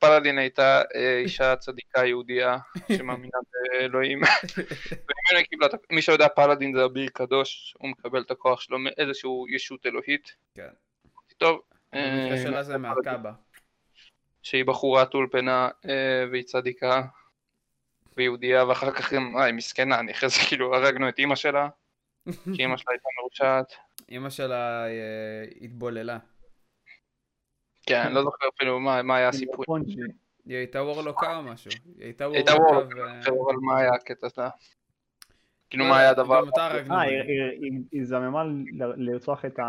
Speaker 2: פלאדין הייתה אה, אישה צדיקה יהודייה שמאמינה באלוהים. וממנה קיבלה, את- מי שיודע פלאדין זה אביר קדוש, הוא מקבל את הכוח שלו מאיזשהו ישות אלוהית.
Speaker 1: כן.
Speaker 2: טוב, אה,
Speaker 1: במקרה שלה זה מהקאבה.
Speaker 2: שהיא בחורה טולפנה אה, והיא צדיקה ויהודייה ואחר כך גם, אה, היא מסכנה, אני אחרי זה כאילו הרגנו את אימא שלה, כי אימא שלה הייתה מרושעת.
Speaker 1: אמא שלה אה, התבוללה.
Speaker 2: כן, אני לא זוכר אפילו מה מה היה הסיפור.
Speaker 3: פונג'י.
Speaker 1: היא הייתה וורלוקה או משהו. היא הייתה
Speaker 2: הייתה
Speaker 1: וורלוקה
Speaker 2: וורלוקה,
Speaker 1: ו... לא
Speaker 2: אבל מה היה הקטע שלה? כאילו מה היה הדבר?
Speaker 1: גם אותה הרגנו.
Speaker 3: אה, היא- היא- היא- היא זממה ל- לרצוח את ה...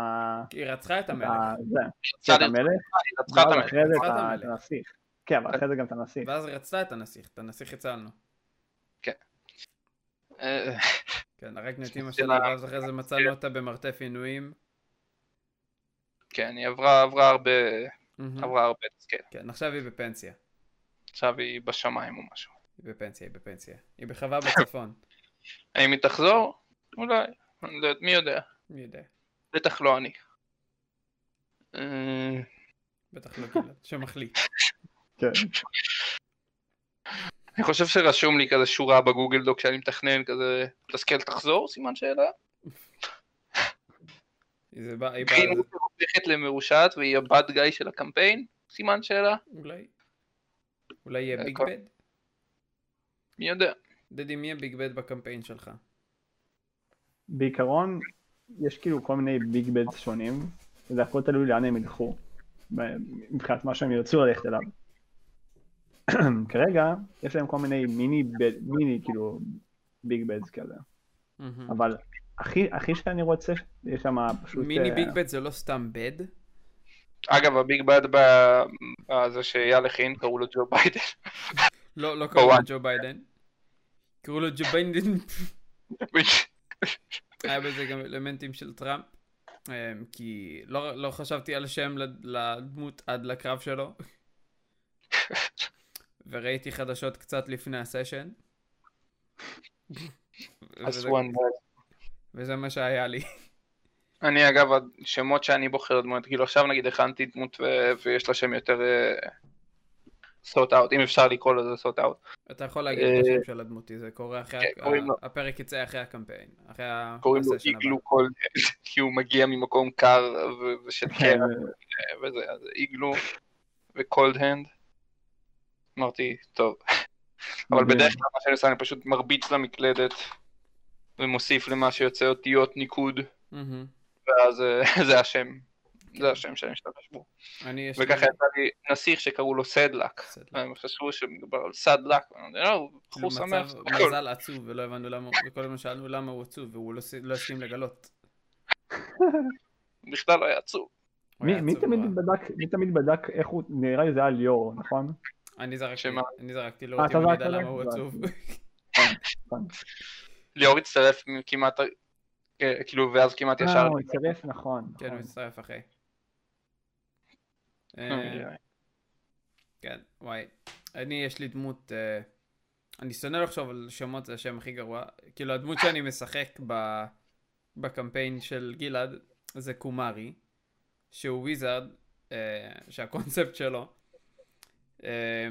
Speaker 1: היא רצחה את המלך.
Speaker 3: ה- זה,
Speaker 2: צד
Speaker 3: את המלך,
Speaker 2: כן, היא רצחה את
Speaker 3: ואז
Speaker 2: המלך.
Speaker 3: אחרי זה את
Speaker 1: רצחה את
Speaker 3: ה- את
Speaker 1: המלך.
Speaker 3: הנסיך. כן, אבל אחרי זה גם את הנסיך.
Speaker 1: ואז רצתה את הנסיך, את הנסיך הצלנו.
Speaker 2: אה,
Speaker 1: כן, הרגנו את אמא
Speaker 2: של
Speaker 1: שלה,
Speaker 2: ה-
Speaker 1: ואז אחרי זה מצאנו אותה במרתף עינויים.
Speaker 2: כן, היא עברה עברה הרבה,
Speaker 1: מהמם.
Speaker 2: עברה הרבה תסכל.
Speaker 1: כן, עכשיו היא בפנסיה.
Speaker 2: עכשיו היא בשמיים או משהו.
Speaker 1: היא בפנסיה, היא בפנסיה. היא בחווה בצפון.
Speaker 2: האם היא תחזור? אולי, אני לא יודע, מי יודע?
Speaker 1: מי יודע.
Speaker 2: בטח לא אני. אה,
Speaker 1: בטח לא גלעד, שמחליט.
Speaker 3: כן.
Speaker 2: אני חושב שרשום לי כזה שורה בגוגל דוק שאני מתכנן כזה, תסכל תחזור? סימן שאלה?
Speaker 1: זה בא, היא
Speaker 2: כאילו
Speaker 1: באה...
Speaker 2: הופכת למרושעת והיא הבת גיא של הקמפיין? סימן שאלה?
Speaker 1: אולי? אולי יהיה
Speaker 2: אה,
Speaker 1: ביג
Speaker 2: כל-
Speaker 1: בד?
Speaker 2: מי יודע?
Speaker 1: דדי, מי הביג בד בקמפיין שלך?
Speaker 3: בעיקרון, יש כאילו כל מיני ביג בדס שונים, וזה הכל תלוי לאן הם ילכו, מבחינת מה שהם ירצו ללכת אליו. כרגע, יש להם כל מיני מיני, בד, מיני כאילו ביג בדס כאלה,
Speaker 1: מהמם.
Speaker 3: אבל הכי, הכי שאני רוצה, יש שם פשוט...
Speaker 1: מיני
Speaker 3: אה,
Speaker 1: ביג בד זה לא סתם בד?
Speaker 2: אגב, הביג בד ב- בזה שאייל הכין, קראו לו ג'ו ביידן.
Speaker 1: לא, לא קראו לו
Speaker 2: וואן.
Speaker 1: ג'ו ביידן. קראו לו ג'ו ביידן. היה בזה גם אלמנטים של טראמפ. אמ, כי לא, לא חשבתי על שם לד- לדמות עד לקרב שלו. וראיתי חדשות קצת לפני הסשן. וזה,
Speaker 2: הסוואן ביידן.
Speaker 1: וזה מה שהיה לי.
Speaker 2: אני אגב, השמות שאני בוחר דמות, כאילו עכשיו נגיד הכנתי דמות ו- ויש לה שם יותר סוט אאוט, אם אפשר לקרוא לזה סוט אאוט.
Speaker 1: אתה יכול להגיד את השם של הדמות, כי זה קורה אחרי...
Speaker 2: אה, כן,
Speaker 1: ה-
Speaker 2: קוראים לו-
Speaker 1: הפרק יצא אחרי הקמפיין. אחרי ה-
Speaker 2: קוראים לו
Speaker 1: הסשן הבא.
Speaker 2: איגלו כל, כי הוא מגיע ממקום קר ו- ושל
Speaker 3: כן,
Speaker 2: קרע וזה, אז איגלו וקולד הנד. אמרתי, טוב. אבל
Speaker 3: מדהים.
Speaker 2: בדרך כלל מה שאני עושה, אני פשוט מרביץ למקלדת ומוסיף למה שיוצא אותיות ניקוד,
Speaker 1: מהמם.
Speaker 2: ואז אה, זה השם, זה השם שאני משתמש בו.
Speaker 1: אני יש לי...
Speaker 2: וככה יצא לי נסיך שקראו לו סדלק.
Speaker 1: סדלק.
Speaker 2: הם חשבו שמדובר על סדלק, ואני לא, הוא בחור
Speaker 1: כאילו,
Speaker 2: שמח,
Speaker 1: מצב-
Speaker 2: זה הכל.
Speaker 1: מזל עצוב, ולא הבנו למה, וכל הזמן שאלנו למה הוא עצוב, והוא לא ס- לא הסכים לגלות.
Speaker 2: בכלל לא היה עצוב.
Speaker 1: הוא היה
Speaker 3: מי- מי
Speaker 1: עצוב
Speaker 3: תמיד
Speaker 1: נורא.
Speaker 3: בדק- מי תמיד בדק איך הוא, נראה לי זה היה ליאור, נכון?
Speaker 1: אני זרקתי,
Speaker 2: שמה?
Speaker 1: אני זרקתי לא
Speaker 3: אה,
Speaker 1: לראות אם הוא
Speaker 3: אתה זרקת
Speaker 1: ידע
Speaker 3: לו?
Speaker 1: למה הוא
Speaker 3: זרקתי.
Speaker 1: עצוב.
Speaker 2: ליאור הצטרף כמעט, אה, כאילו, ואז כמעט
Speaker 3: אה,
Speaker 2: ישר.
Speaker 3: הוא הצטרף, נכון.
Speaker 1: כן, הוא
Speaker 3: נכון.
Speaker 1: הצטרף אחרי. אה,
Speaker 2: אה,
Speaker 1: כן, וואי. אני, יש לי דמות... אה, אני שונא לחשוב על שמות, זה השם הכי גרוע. כאילו, הדמות שאני משחק ב- בקמפיין של גלעד, זה קומארי, שהוא וויזארד, אה, שהקונספט שלו אה,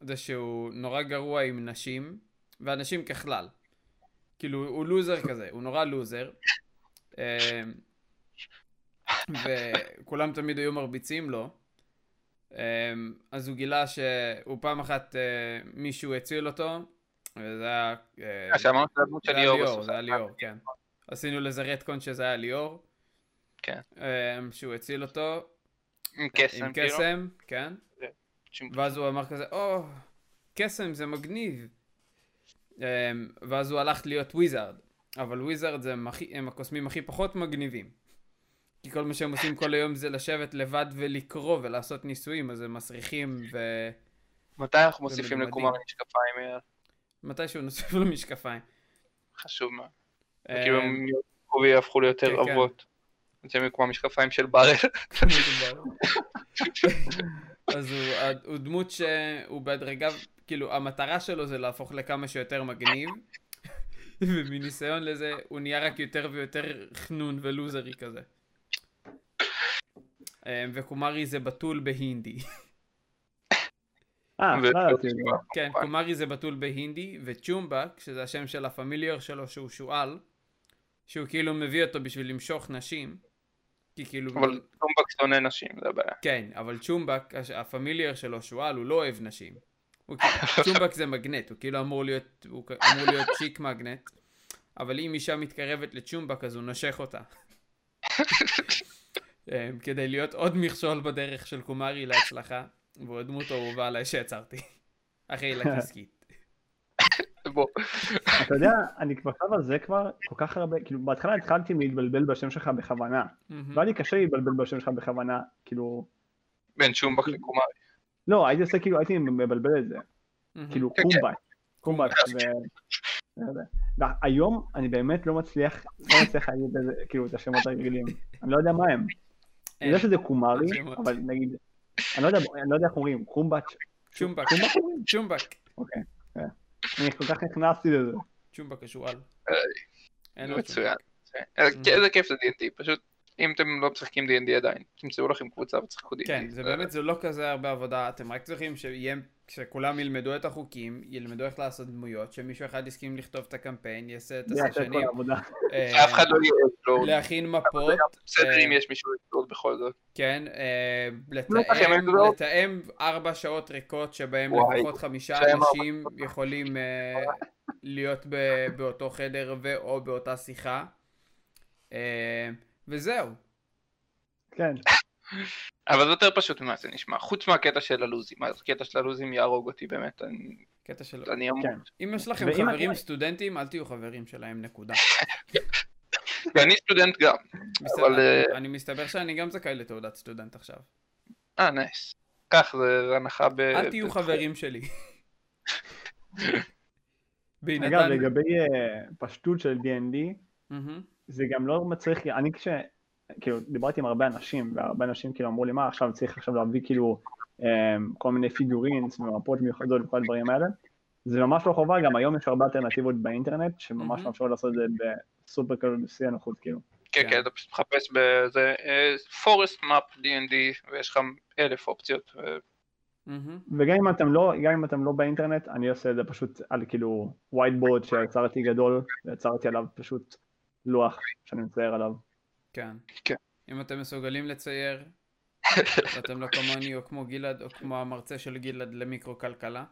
Speaker 1: זה שהוא נורא גרוע עם נשים, ואנשים ככלל. כאילו, הוא לוזר כזה, הוא נורא לוזר. אה, וכולם תמיד היו מרביצים לו. אמ, אז הוא גילה שהוא פעם אחת אה, מישהו הציל אותו, וזה היה... אה,
Speaker 2: שאמרת את הדמות
Speaker 1: זה
Speaker 2: של
Speaker 1: היה
Speaker 2: ליאור.
Speaker 1: ליאור,
Speaker 2: בסוף.
Speaker 1: זה היה ליאור, כן. עשינו לזה רטקון שזה היה ליאור.
Speaker 2: כן.
Speaker 1: אמ, שהוא הציל אותו
Speaker 2: עם קסם,
Speaker 1: עם
Speaker 2: כאילו.
Speaker 1: קסם, כן.
Speaker 2: שהוא-
Speaker 1: ואז הוא אמר כזה, או, קסם זה מגניב. אמ, ואז הוא הלך להיות וויזארד. אבל וויזארד זה הם, הכי, הם הקוסמים הכי פחות מגניבים. כי כל מה שהם עושים כל היום זה לשבת לבד ולקרוא ולעשות ניסויים, אז הם מסריחים ו...
Speaker 2: מתי אנחנו מוסיפים
Speaker 1: ומלומדים.
Speaker 2: לקומה משקפיים? אה,
Speaker 1: מתישהו נוסף לו משקפיים.
Speaker 2: חשוב מאוד.
Speaker 1: אמ,
Speaker 2: כאילו, הם יהפכו ויהפכו ליותר
Speaker 1: כן, כן.
Speaker 2: אבות. זה מקום המשקפיים של ברל.
Speaker 1: כמו שדיברנו. אז הוא, הד- הוא דמות שהוא בהדרגה, כאילו המטרה שלו זה להפוך לכמה שיותר מגניב, ומניסיון לזה הוא נהיה רק יותר ויותר חנון ולוזרי כזה. אה, וקומרי זה בתול בהינדי.
Speaker 3: אה,
Speaker 2: ו-
Speaker 3: לא ידעתי את זה.
Speaker 1: כן,
Speaker 2: כמובן.
Speaker 1: קומרי זה בתול בהינדי, וצ'ומבק, שזה השם של הפמיליור שלו שהוא שועל, שהוא כאילו מביא אותו בשביל למשוך נשים, כי כאילו...
Speaker 2: אבל טומבק שונא נשים, זה הבעיה.
Speaker 1: כן, אבל צ'ומבק, הש- הפמיליאר שלו, שועל, הוא לא אוהב נשים. הוא כאילו- צ'ומבק זה מגנט, הוא כאילו אמור להיות, הוא כ- אמור להיות צ'יק מגנט, אבל אם אישה מתקרבת לצ'ומבק אז הוא נושך אותה. אמ, כדי להיות עוד מכשול בדרך של קומרי להצלחה, והוא דמות אהובה עליי שיצרתי. אחרי לקיסקית.
Speaker 2: בוא,
Speaker 3: אתה יודע, אני כבר חשב על זה כבר כל כך הרבה, כאילו בהתחלה התחלתי מלהתבלבל בשם שלך בכוונה.
Speaker 1: Mm-hmm.
Speaker 3: והיה לי קשה להתבלבל בשם שלך בכוונה, כאילו...
Speaker 2: בין טומבק לקומרי.
Speaker 3: לא, הייתי עושה כאילו, הייתי מבלבל את זה. כאילו
Speaker 2: כן, כן.
Speaker 3: קומבט, קומבט, ו- לא יודע. והיום אני באמת לא מצליח, לא מצליח להגיד את זה, כאילו את השמות הרגילים, אני לא יודע מה הם, אני יודע שזה קומרי,
Speaker 1: השמות.
Speaker 3: אבל נגיד, אני לא יודע, אני לא יודע איך אומרים, קומבט,
Speaker 1: צ'ומבק,
Speaker 3: קומבט אומרים?
Speaker 1: צ'ומבק,
Speaker 3: אוקיי, כן. אני כל כך נכנסתי לזה,
Speaker 1: צ'ומבק השועל.
Speaker 2: איי,
Speaker 1: אין לו
Speaker 2: מצוין.
Speaker 1: צ'ומבק.
Speaker 2: אה, איזה כיף זה D&D, פשוט אם אתם לא משחקים D&D עדיין, תמצאו לכם קבוצה ותשחקו D&D.
Speaker 1: כן, זה באמת, זה לא כזה הרבה עבודה, אתם רק צריכים שיהיה, שכולם ילמדו את החוקים, ילמדו איך לעשות דמויות, שמישהו אחד יסכים לכתוב את הקמפיין, יעשה את
Speaker 3: זה יעשה את כל
Speaker 1: הסשנים,
Speaker 3: העבודה,
Speaker 1: אה,
Speaker 2: אף אחד לא יהיה אקסלורד.
Speaker 1: להכין מפות,
Speaker 2: בסדר
Speaker 1: אה,
Speaker 2: אם יש מישהו אקסלורד בכל זאת.
Speaker 1: כן, אה,
Speaker 2: לכם,
Speaker 1: לתאם,
Speaker 2: אין לו.
Speaker 1: לתאם ארבע שעות ריקות שבהם
Speaker 2: וואי,
Speaker 1: לפחות חמישה
Speaker 2: שהם
Speaker 1: אנשים יכולים אה, להיות ב- באותו חדר ואו באותה שיחה, אה, וזהו.
Speaker 3: כן,
Speaker 2: אבל זה יותר פשוט ממה זה נשמע, חוץ מהקטע של הלוזים, הקטע של הלוזים יהרוג אותי באמת, אני-
Speaker 1: קטע של...
Speaker 2: אני אמור.
Speaker 3: כן.
Speaker 1: אם יש לכם
Speaker 3: ואם-
Speaker 1: חברים סטודנטים, אל תהיו חברים שלהם, נקודה.
Speaker 2: ואני סטודנט גם.
Speaker 1: בסדר,
Speaker 2: אבל, אה,
Speaker 1: אני מסתבר שאני גם זכאי לתעודת סטודנט עכשיו.
Speaker 2: אה, נייס. כך, זה זה הנחה ב...
Speaker 1: אל תהיו
Speaker 2: ב-
Speaker 1: חברים שלי.
Speaker 3: אגב
Speaker 1: בהינתן...
Speaker 3: לגבי אה, פשטות של D&D,
Speaker 1: מהמם.
Speaker 3: זה גם לא מצריך, כי אני כש... כאילו, דיברתי עם הרבה אנשים, והרבה אנשים כאילו אמרו לי, מה עכשיו צריך עכשיו להביא כאילו אמ, כל מיני פיגורינס ומפות מיוחדות וכל הדברים האלה. זה ממש לא חובה, גם היום יש הרבה אלטרנטיבות באינטרנט, שממש
Speaker 1: מהמם.
Speaker 3: מאפשרות לעשות את זה בסופר כאילו בשיא הנוחות, כאילו.
Speaker 2: כן,
Speaker 1: כן.
Speaker 2: כן, אתה פשוט מחפש בזה, אה, פורסט מאפ D&D, ויש לך אלף אופציות. אה,
Speaker 1: מהמם.
Speaker 3: וגם אם אתם לא, גם אם אתם לא באינטרנט, אני עושה את זה פשוט על כאילו whiteboard שיצרתי גדול, ויצרתי עליו פשוט לוח שאני מצייר עליו.
Speaker 1: כן.
Speaker 2: כן.
Speaker 1: אם אתם מסוגלים לצייר, ואתם לא כמוני או כמו גלעד, או כמו המרצה של גלעד למיקרו-כלכלה.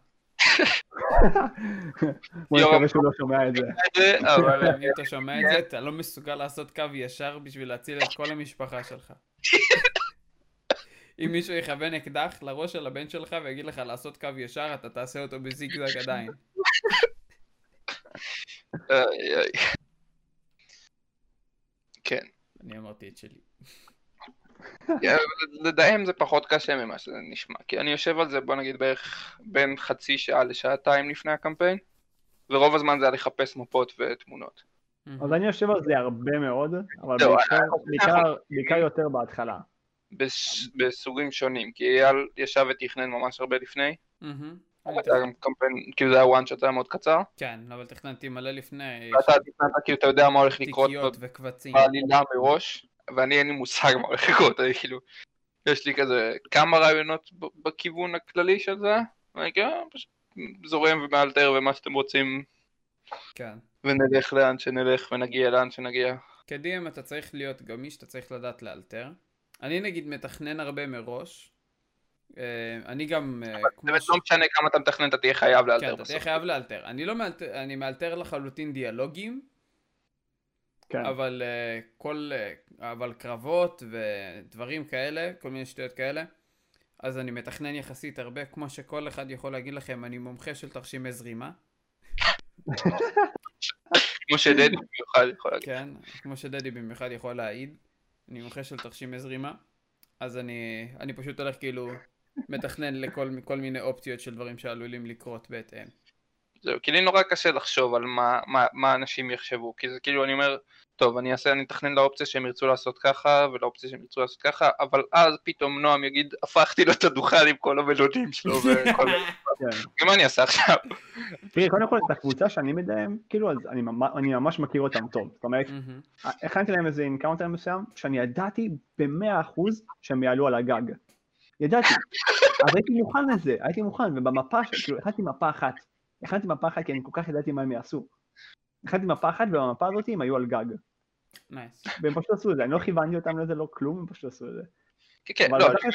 Speaker 3: בוא
Speaker 2: יואו.
Speaker 3: נקווה שהוא לא שומע את זה.
Speaker 2: זה, אבל אה,
Speaker 1: אבל אם אתה שומע את זה, אתה לא מסוגל לעשות קו ישר בשביל להציל את כל המשפחה שלך. אם מישהו יכוון אקדח לראש של הבן שלך ויגיד לך לעשות קו ישר, אתה תעשה אותו בזיגזג עדיין.
Speaker 2: איי, איי. כן,
Speaker 1: אני אמרתי את שלי.
Speaker 2: לדהם זה פחות קשה ממה שזה נשמע, כי אני יושב על זה בוא נגיד בערך בין חצי שעה לשעתיים לפני הקמפיין, ורוב הזמן זה היה לחפש מפות ותמונות.
Speaker 3: אז אני יושב על זה הרבה מאוד, אבל
Speaker 2: לא,
Speaker 3: בעיקר- בעיקר- בעיקר יותר בהתחלה.
Speaker 2: בס- בסוגים שונים, כי אייל ישב ותכנן ממש הרבה לפני,
Speaker 1: מהמם.
Speaker 2: היה גם קמפיין, כאילו זה היה one shot, זה היה מאוד קצר,
Speaker 1: כן, אבל תכננתי מלא לפני,
Speaker 3: לא
Speaker 1: יש
Speaker 2: ואתה תכננת כאילו אתה יודע מה הולך לקרות
Speaker 1: תיקיות וקבצים.
Speaker 2: בעלילה מראש, ואני אין לי מושג מה הולך לקרות, אני כאילו, יש לי כזה כמה רעיונות ב- בכיוון הכללי של זה, ואני כאילו אה, פשוט זורם ומאלתר ומה שאתם רוצים,
Speaker 1: כן.
Speaker 2: ונלך לאן שנלך ונגיע לאן שנגיע.
Speaker 1: כ-DM אתה צריך להיות גמיש, אתה צריך לדעת לאלתר. אני נגיד מתכנן הרבה מראש. אה, אני גם, אה, כמו
Speaker 2: באמת
Speaker 1: ש-
Speaker 2: לא משנה כמה אתה מתכנן, אתה תהיה חייב
Speaker 1: כן,
Speaker 2: לאלתר
Speaker 1: אתה תהיה
Speaker 2: בסוף.
Speaker 1: חייב לאלתר. אני לא מאלתר, אני מאלתר לחלוטין דיאלוגים,
Speaker 3: כן.
Speaker 1: אבל אה, כל, אה, אבל קרבות ודברים כאלה, כל מיני שטויות כאלה. אז אני מתכנן יחסית הרבה, כמו שכל אחד יכול להגיד לכם, אני מומחה של תרשימי זרימה.
Speaker 2: כמו שדדי במיוחד יכול להגיד.
Speaker 1: כן, כמו שדדי במיוחד יכול להעיד, אני מומחה של תרשים זרימה, אז אני, אני פשוט הולך כאילו מתכנן לכל כל מיני אופציות של דברים שעלולים לקרות בהתאם.
Speaker 2: זהו, כי לי נורא קשה לחשוב על מה, מה, מה אנשים יחשבו, כי זה כאילו אני אומר, טוב אני אעשה, אני אתכנן לאופציה שהם ירצו לעשות ככה, ולאופציה שהם ירצו לעשות ככה, אבל אז פתאום נועם יגיד, הפכתי לו את הדוכן עם לא, כל המלונים שלו וכל מה אני אעשה עכשיו?
Speaker 3: כן. תראי, קודם כל את הקבוצה שאני מדהם, כאילו, אז אני ממ- אני ממש מכיר אותם טוב. זאת אומרת,
Speaker 1: מהמם.
Speaker 3: הכנתי להם איזה אינקאונטר מסוים, שאני ידעתי במאה אחוז שהם יעלו על הגג. ידעתי. אז הייתי מוכן לזה, הייתי מוכן, ובמפה, ש- כאילו, הכנתי מפה אחת. הכנתי מפה אחת כי אני כל כך ידעתי מה הם יעשו. הכנתי מפה אחת, ובמפה הזאת הם היו על גג.
Speaker 1: נייס.
Speaker 3: והם פשוט עשו את זה, אני לא כיוונתי אותם לזה, לא כלום, הם פשוט עשו את זה.
Speaker 2: כן, כן,
Speaker 3: אבל
Speaker 2: לא,
Speaker 3: בתכלס-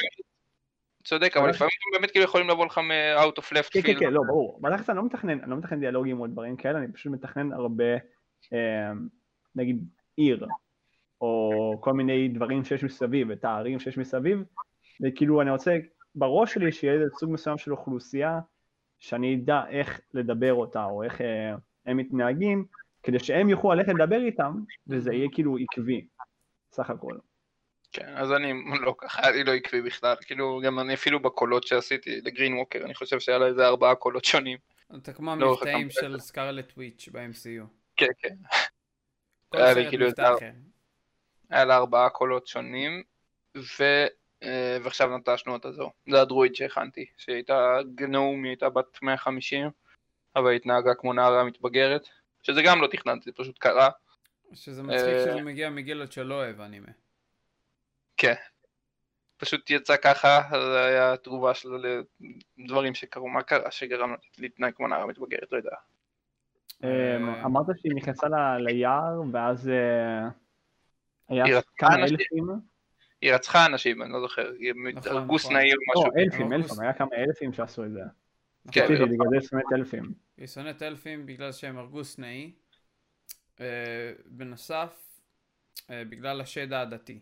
Speaker 2: צודק, אבל
Speaker 3: אבל-
Speaker 2: לפעמים הם באמת כאילו יכולים לבוא לך מ-out of left
Speaker 3: כן, כן,
Speaker 2: field.
Speaker 3: כן, לא, ברור. בתכלס אני לא מתכנן, אני לא מתכנן דיאלוגים או דברים כאלה, אני פשוט מתכנן הרבה, אה, נגיד, עיר, או כל מיני דברים שיש מסביב, את הערים שיש מסביב, וכאילו אני רוצה, בראש שלי שיהיה איזה סוג מסוים של אוכלוסייה, שאני אדע איך לדבר אותה, או איך אה, הם מתנהגים, כדי שהם יוכלו ללכת לדבר איתם, וזה יהיה כאילו עקבי, סך הכל.
Speaker 2: כן, אז אני לא ככה, אני לא עקבי בכלל. כאילו, גם אני אפילו בקולות שעשיתי לגרין ווקר, אני חושב שהיה לה איזה ארבעה קולות שונים.
Speaker 1: אתה כמו
Speaker 2: לא,
Speaker 1: המבטאים
Speaker 2: חכם.
Speaker 1: של סקרלט וויץ' ב-MCU.
Speaker 2: כן, כן.
Speaker 1: כל
Speaker 2: היה לי
Speaker 1: סרט
Speaker 2: כאילו
Speaker 1: מבטא
Speaker 2: יותר-
Speaker 1: אחר.
Speaker 2: היה לה ארבעה קולות שונים, ו... אה, ועכשיו נטשנו אותה זו. זה הדרואיד שהכנתי, שהיא הייתה גנום, היא הייתה בת 150, אבל היא התנהגה כמו נערה מתבגרת, שזה גם לא תכננתי, זה פשוט קרה.
Speaker 1: שזה מצחיק
Speaker 2: אה,
Speaker 1: שזה מגיע מגילד שלא אוהב אנימה.
Speaker 2: פשוט יצא ככה, זה היה תגובה שלה לדברים שקרו, מה קרה שגרם לה להתנהג כמו נערה מתבגרת, לא יודע.
Speaker 1: אה,
Speaker 3: אה, אמרת שהיא נכנסה ל- ליער, ואז אה, היה
Speaker 2: היא רצתה
Speaker 3: כמה
Speaker 2: אנשים.
Speaker 3: אלפים,
Speaker 2: היא רצחה אנשים, אני לא זוכר, היא
Speaker 1: נכון,
Speaker 2: הרגו
Speaker 1: נכון.
Speaker 2: סנאי או
Speaker 3: לא,
Speaker 2: משהו.
Speaker 3: אלפים,
Speaker 1: אוגוסט.
Speaker 3: אלפים, היה כמה אלפים שעשו את זה.
Speaker 1: נכון?
Speaker 2: כן,
Speaker 3: רציתי,
Speaker 2: אלפים.
Speaker 3: בגלל זה שונאת אלפים.
Speaker 1: היא שונאת אלפים בגלל שהם הרגו סנאי. אה, בנוסף, אה, בגלל השד העדתי.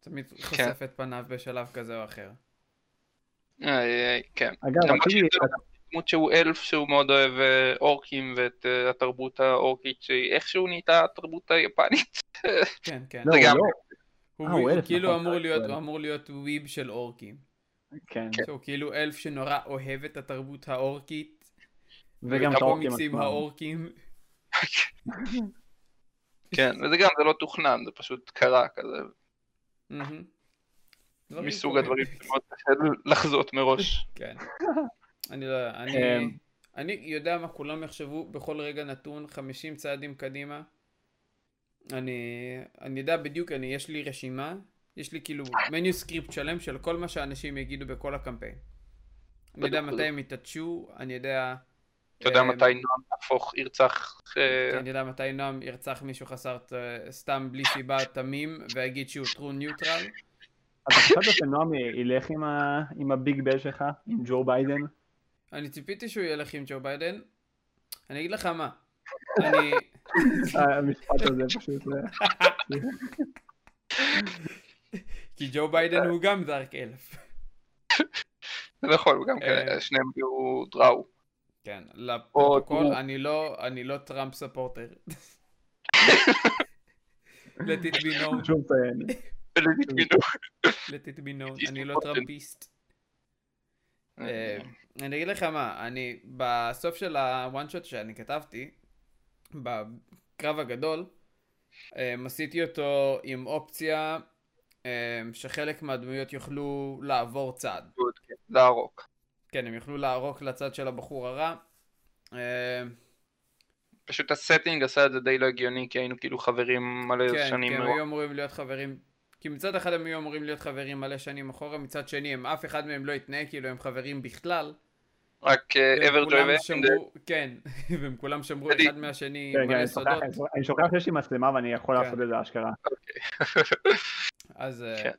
Speaker 1: תמיד חושף את פניו בשלב כזה או אחר.
Speaker 2: אה, אה, כן.
Speaker 3: אגב,
Speaker 2: למרות
Speaker 3: רציתי,
Speaker 2: שזה דמות שהוא אלף שהוא מאוד אוהב אה, אורקים ואת אה, התרבות האורקית שהיא איכשהו נהייתה התרבות היפנית.
Speaker 1: כן, כן.
Speaker 3: לא,
Speaker 2: זה גם-
Speaker 3: לא,
Speaker 1: הוא
Speaker 3: אה, הוא
Speaker 1: הוא
Speaker 3: אלף,
Speaker 1: כאילו
Speaker 3: נכון,
Speaker 1: אמור
Speaker 3: אלף,
Speaker 1: להיות-
Speaker 3: הוא
Speaker 1: הוא אמור להיות וויב של אורקים.
Speaker 3: כן,
Speaker 1: שהוא כאילו אלף שנורא אוהב את התרבות האורקית.
Speaker 3: וגם
Speaker 1: את
Speaker 3: את האורקים
Speaker 1: הקומיקסים
Speaker 3: עצמם.
Speaker 1: האורקים.
Speaker 2: כן, וזה גם, זה לא תוכנן, זה פשוט קרה כזה,
Speaker 1: מהמם. דברים
Speaker 2: מסוג
Speaker 1: קורים.
Speaker 2: הדברים שמאוד קשה לחזות מראש.
Speaker 1: כן. אני לא יודע, אני,
Speaker 3: אמ.
Speaker 1: אני יודע מה כולם יחשבו בכל רגע נתון, 50 צעדים קדימה. אני, אני יודע בדיוק, אני, יש לי רשימה, יש לי כאילו מניוסקריפט שלם של כל מה שאנשים יגידו בכל הקמפיין. אני יודע
Speaker 2: בדיוק.
Speaker 1: מתי הם יתעטשו, אני יודע...
Speaker 2: אתה יודע
Speaker 1: אמ,
Speaker 2: מתי נועם תהפוך, ירצח, אה,
Speaker 1: כן, אני יודע מתי נועם ירצח מישהו חסר ת- סתם בלי סיבה תמים ויגיד שהוא טרו ניוטרל.
Speaker 3: אז חשבת שנועם י- ילך עם ה- עם הביג בל שלך, עם ג'ו ביידן?
Speaker 1: אני ציפיתי שהוא ילך עם ג'ו ביידן. אני אגיד לך מה, אני...
Speaker 3: אה, המשפט הזה פשוט... אה,
Speaker 1: כי ג'ו ביידן הוא גם דארק אלף.
Speaker 2: זה נכון, גם כן,
Speaker 1: אה.
Speaker 2: שניהם היו דראו.
Speaker 1: כן, לפרוטוקול,
Speaker 2: תראו.
Speaker 1: אני לא, אני לא טראמפ ספורטר. let it be known,
Speaker 3: שוב טוען.
Speaker 1: let it be known, אני לא טראמפיסט. אה, אני אגיד לך מה, אני בסוף של הוואן שוט שאני כתבתי, בקרב הגדול, אה, עשיתי אותו עם אופציה אה, שחלק מהדמויות יוכלו לעבור צד.
Speaker 2: זה ארוך.
Speaker 1: כן, הם יוכלו לערוק לצד של הבחור הרע. אה,
Speaker 2: פשוט הסטינג עשה את זה די לא הגיוני, כי היינו כאילו חברים מלא
Speaker 1: כן,
Speaker 2: שנים.
Speaker 1: כי הם
Speaker 2: מראש.
Speaker 1: היו אמורים להיות חברים, כי מצד אחד הם היו אמורים להיות חברים מלא שנים אחורה, מצד שני הם אף אחד מהם לא התנהג כאילו הם חברים בכלל.
Speaker 2: רק אה,
Speaker 1: והם
Speaker 2: אבר
Speaker 1: כולם
Speaker 2: ג'וי ואנדר,
Speaker 1: שמרו, כן, והם כולם שמרו
Speaker 2: אני-
Speaker 1: אחד מהשני
Speaker 3: כן, כן,
Speaker 1: מלא
Speaker 3: אני שוכח-
Speaker 1: סודות.
Speaker 3: אני שוכח שיש לי מצלמה ואני יכול
Speaker 1: כן.
Speaker 3: לעשות את זה אשכרה.
Speaker 1: אז, אה,
Speaker 2: כן.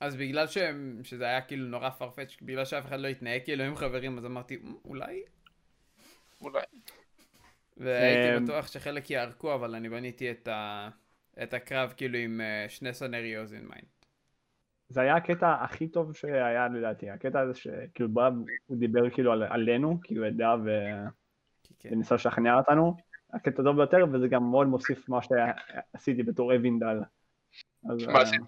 Speaker 1: אז בגלל שהם, שזה היה כאילו נורא farfetch, בגלל שאף אחד לא התנהג כאילו הם חברים, אז אמרתי, "מ, אולי?
Speaker 2: אולי.
Speaker 1: והייתי
Speaker 3: אמ,
Speaker 1: בטוח שחלק יערקו, אבל אני בניתי את, ה... את הקרב כאילו עם אה, שני סנריוז אין מיינד.
Speaker 3: זה היה הקטע הכי טוב שהיה לדעתי, הקטע הזה שכאילו בא, הוא דיבר כאילו על- עלינו, כי הוא ידע ו-
Speaker 1: כן,
Speaker 3: וניסה לשכנע אותנו, הקטע הטוב ביותר, וזה גם מאוד מוסיף מה שעשיתי בתור אבינדל. אז
Speaker 2: מה עשית?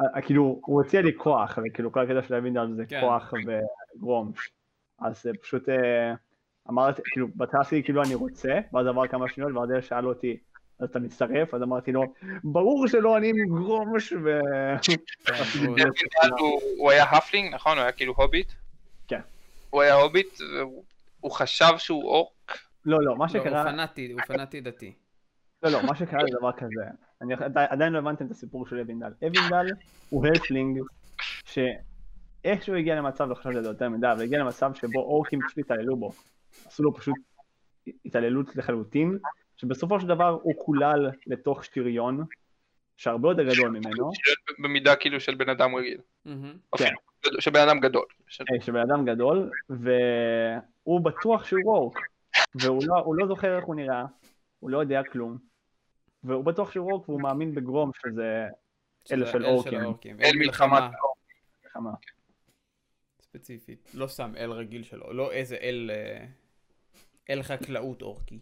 Speaker 3: אה, אה, כאילו, הוא הציע לי כוח, וכאילו כל הקטע של אבינדל זה
Speaker 1: כן.
Speaker 3: כוח וגרומש. אז אה, פשוט אה, אמרתי, כאילו, בהתחלה עשיתי כאילו אני רוצה, ואז עבר כמה שניות, ואז אלה שאל אותי, אז אתה מצטרף? אז אמרתי לו, ברור שלא, אני עם גרומש, ו...
Speaker 1: כן, בול.
Speaker 2: הוא- הוא היה הפלינג, נכון? הוא היה כאילו הוביט?
Speaker 3: כן.
Speaker 2: הוא היה הוביט, והוא- הוא חשב שהוא אורק,
Speaker 3: לא, לא, מה
Speaker 1: לא, הוא
Speaker 3: שקרה,
Speaker 1: פנאטי, הוא פנאטי דתי.
Speaker 3: לא, לא, מה שקרה זה דבר כזה. אני עדי- עדיין לא הבנתם את הסיפור של אבינדל. אבינדל הוא הרפלינג, שאיכשהו הגיע למצב, לא חשב שזה יותר מדי, אבל הגיע למצב שבו אורקים פשוט התעללו בו. עשו לו פשוט התעללות לחלוטין, שבסופו של דבר הוא קולל לתוך שריון, שהרבה יותר גדול ממנו,
Speaker 2: במידה כאילו של בן אדם רגיל.
Speaker 1: מהמם.
Speaker 2: אפילו של בן אדם גדול. של-
Speaker 3: אה, שבן אדם גדול, והוא בטוח שהוא וורק, והוא לא, הוא לא זוכר איך הוא נראה, הוא לא יודע כלום, והוא בטוח שהוא וורק והוא מאמין בגרום שזה אלה של
Speaker 1: אל
Speaker 3: אורקים.
Speaker 2: אל מלחמה. לא
Speaker 3: חמה.
Speaker 1: ספציפית. לא סתם אל רגיל שלו, לא איזה אל... אה, אל חקלאות אורקי.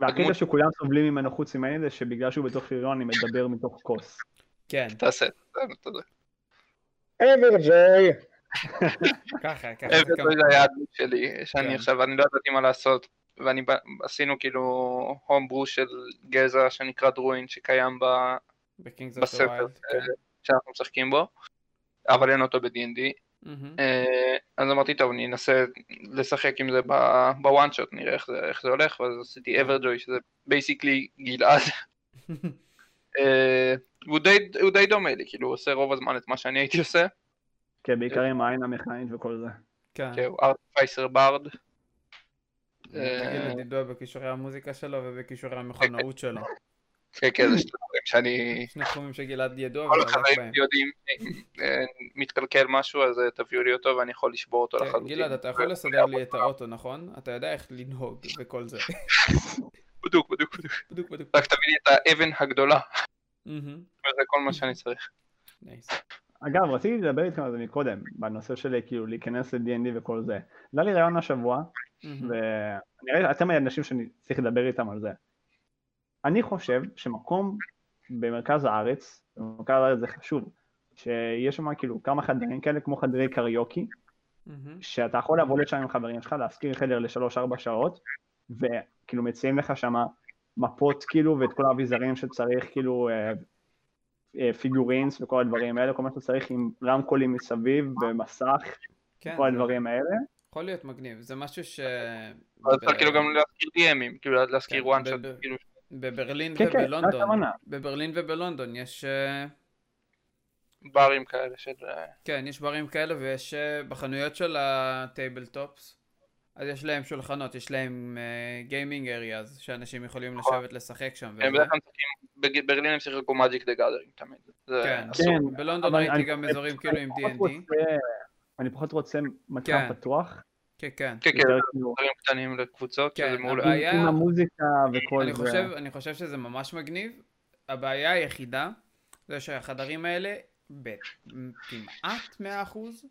Speaker 3: והקטע
Speaker 2: הדמות-
Speaker 3: שכולם סובלים ממנו חוץ ממני זה שבגלל שהוא בתוך שריון אני מדבר מתוך כוס.
Speaker 1: כן,
Speaker 2: תעשה את זה, אתה יודע.
Speaker 3: אברג'יי!
Speaker 1: ככה, ככה.
Speaker 2: אבל
Speaker 1: זה כמה-
Speaker 2: זה היה הדמות שלי,
Speaker 1: כן.
Speaker 2: שאני עכשיו, אני לא ידעתי מה לעשות, ואני ב- עשינו כאילו הומברו של גזע שנקרא דרואין, שקיים ב-
Speaker 1: בקינגס אוף
Speaker 2: בספר
Speaker 1: הווילד.
Speaker 2: אה, שאנחנו משחקים בו, אבל אין אותו ב-D&D. אה, אז אמרתי, טוב, אני אנסה לשחק עם זה בוואן שוט, נראה איך זה- איך זה הולך, ואז עשיתי אברג'וי, שזה בייסיקלי גלעד, אה, והוא די- הוא די דומה לי, כאילו, הוא עושה רוב הזמן את מה שאני הייתי עושה,
Speaker 1: אה.
Speaker 3: כן, בעיקר עם העין המכנית וכל זה.
Speaker 1: כן.
Speaker 2: כן, הוא ארטפייסר ברד,
Speaker 1: תגיד
Speaker 2: אה,
Speaker 1: לדידו בכישורי המוזיקה שלו ובכישורי המכונאות שלו.
Speaker 2: כן, כן, זה שני דברים שאני...
Speaker 1: שני תחומים שגלעד ידוע,
Speaker 2: אה, כל
Speaker 1: אבל רק
Speaker 2: החברים
Speaker 1: לא, בהם.
Speaker 2: יודעים, אם אה, מתקלקל משהו, אז אה, תביאו לי אותו ואני יכול לשבור אותו
Speaker 1: כן,
Speaker 2: לחלוטין.
Speaker 1: גלעד, אתה יכול לסדר לי את האוטו, נכון? אתה יודע איך לנהוג וכל זה.
Speaker 2: בדיוק, בדיוק, בדיוק.
Speaker 1: בדיוק, בדיוק.
Speaker 2: רק תביא לי את האבן הגדולה,
Speaker 1: מהמם.
Speaker 2: וזה כל מה שאני צריך.
Speaker 1: נייס.
Speaker 3: אגב, רציתי לדבר איתכם על זה מקודם, בנושא של כאילו להיכנס ל-D&D וכל זה. זה היה לי רעיון השבוע,
Speaker 1: מהמם.
Speaker 3: ואני רואה שאתם האנשים שאני צריך לדבר איתם על זה. אני חושב שמקום במרכז הארץ, במרכז הארץ זה חשוב, שיש שם כאילו כמה חדרים כאלה כמו חדרי קריוקי,
Speaker 1: מהמם.
Speaker 3: שאתה יכול לבוא לשם עם חברים שלך, להשכיר חדר לשלוש-ארבע שעות, וכאילו מציעים לך שם מפות כאילו, ואת כל האביזרים שצריך, כאילו אה, אה, פיגורינס וכל הדברים האלה, כל מה שצריך עם רמקולים מסביב, במסך,
Speaker 1: כן,
Speaker 3: כל הדברים האלה.
Speaker 1: יכול להיות מגניב. זה משהו ש...
Speaker 2: אז
Speaker 1: ב-
Speaker 2: אתה כאילו גם להזכיר DMים, כאילו להזכיר
Speaker 1: כן,
Speaker 2: one
Speaker 1: ב-
Speaker 2: shot,
Speaker 1: ב-
Speaker 2: כאילו,
Speaker 1: בברלין
Speaker 3: כן, כן, זו
Speaker 1: ובלונדון.
Speaker 3: הכוונה.
Speaker 1: בברלין ובלונדון יש... אה,
Speaker 2: ברים כאלה של... אה,
Speaker 1: כן, יש ברים כאלה ויש אה, בחנויות של הטייבל טופס. אז יש להם שולחנות, יש להם גיימינג אריאז, שאנשים יכולים
Speaker 3: נכון.
Speaker 1: לשבת לשחק שם.
Speaker 2: הם
Speaker 1: וזה.
Speaker 2: בדרך כלל משחקים, בברלין הם שיחקו Magic the Gathering תמיד. זה
Speaker 1: כן,
Speaker 2: אסור.
Speaker 3: כן,
Speaker 1: בלונדון
Speaker 3: אבל
Speaker 1: ראיתי
Speaker 3: אני-
Speaker 1: גם אזורים כאילו עם
Speaker 3: פחות
Speaker 1: D&D.
Speaker 3: רוצה- אני פחות רוצה מצב
Speaker 1: כן.
Speaker 3: פתוח,
Speaker 1: כן, כן.
Speaker 2: כן, כן,
Speaker 3: יותר כאילו
Speaker 2: דברים קטנים לקבוצות,
Speaker 1: כן,
Speaker 2: שזה מעולה.
Speaker 1: אבל- הבעיה-
Speaker 3: עם המוזיקה וכל
Speaker 1: אני
Speaker 3: זה.
Speaker 1: חושב, אני חושב שזה ממש מגניב. הבעיה היחידה זה שהחדרים האלה בכמעט 100%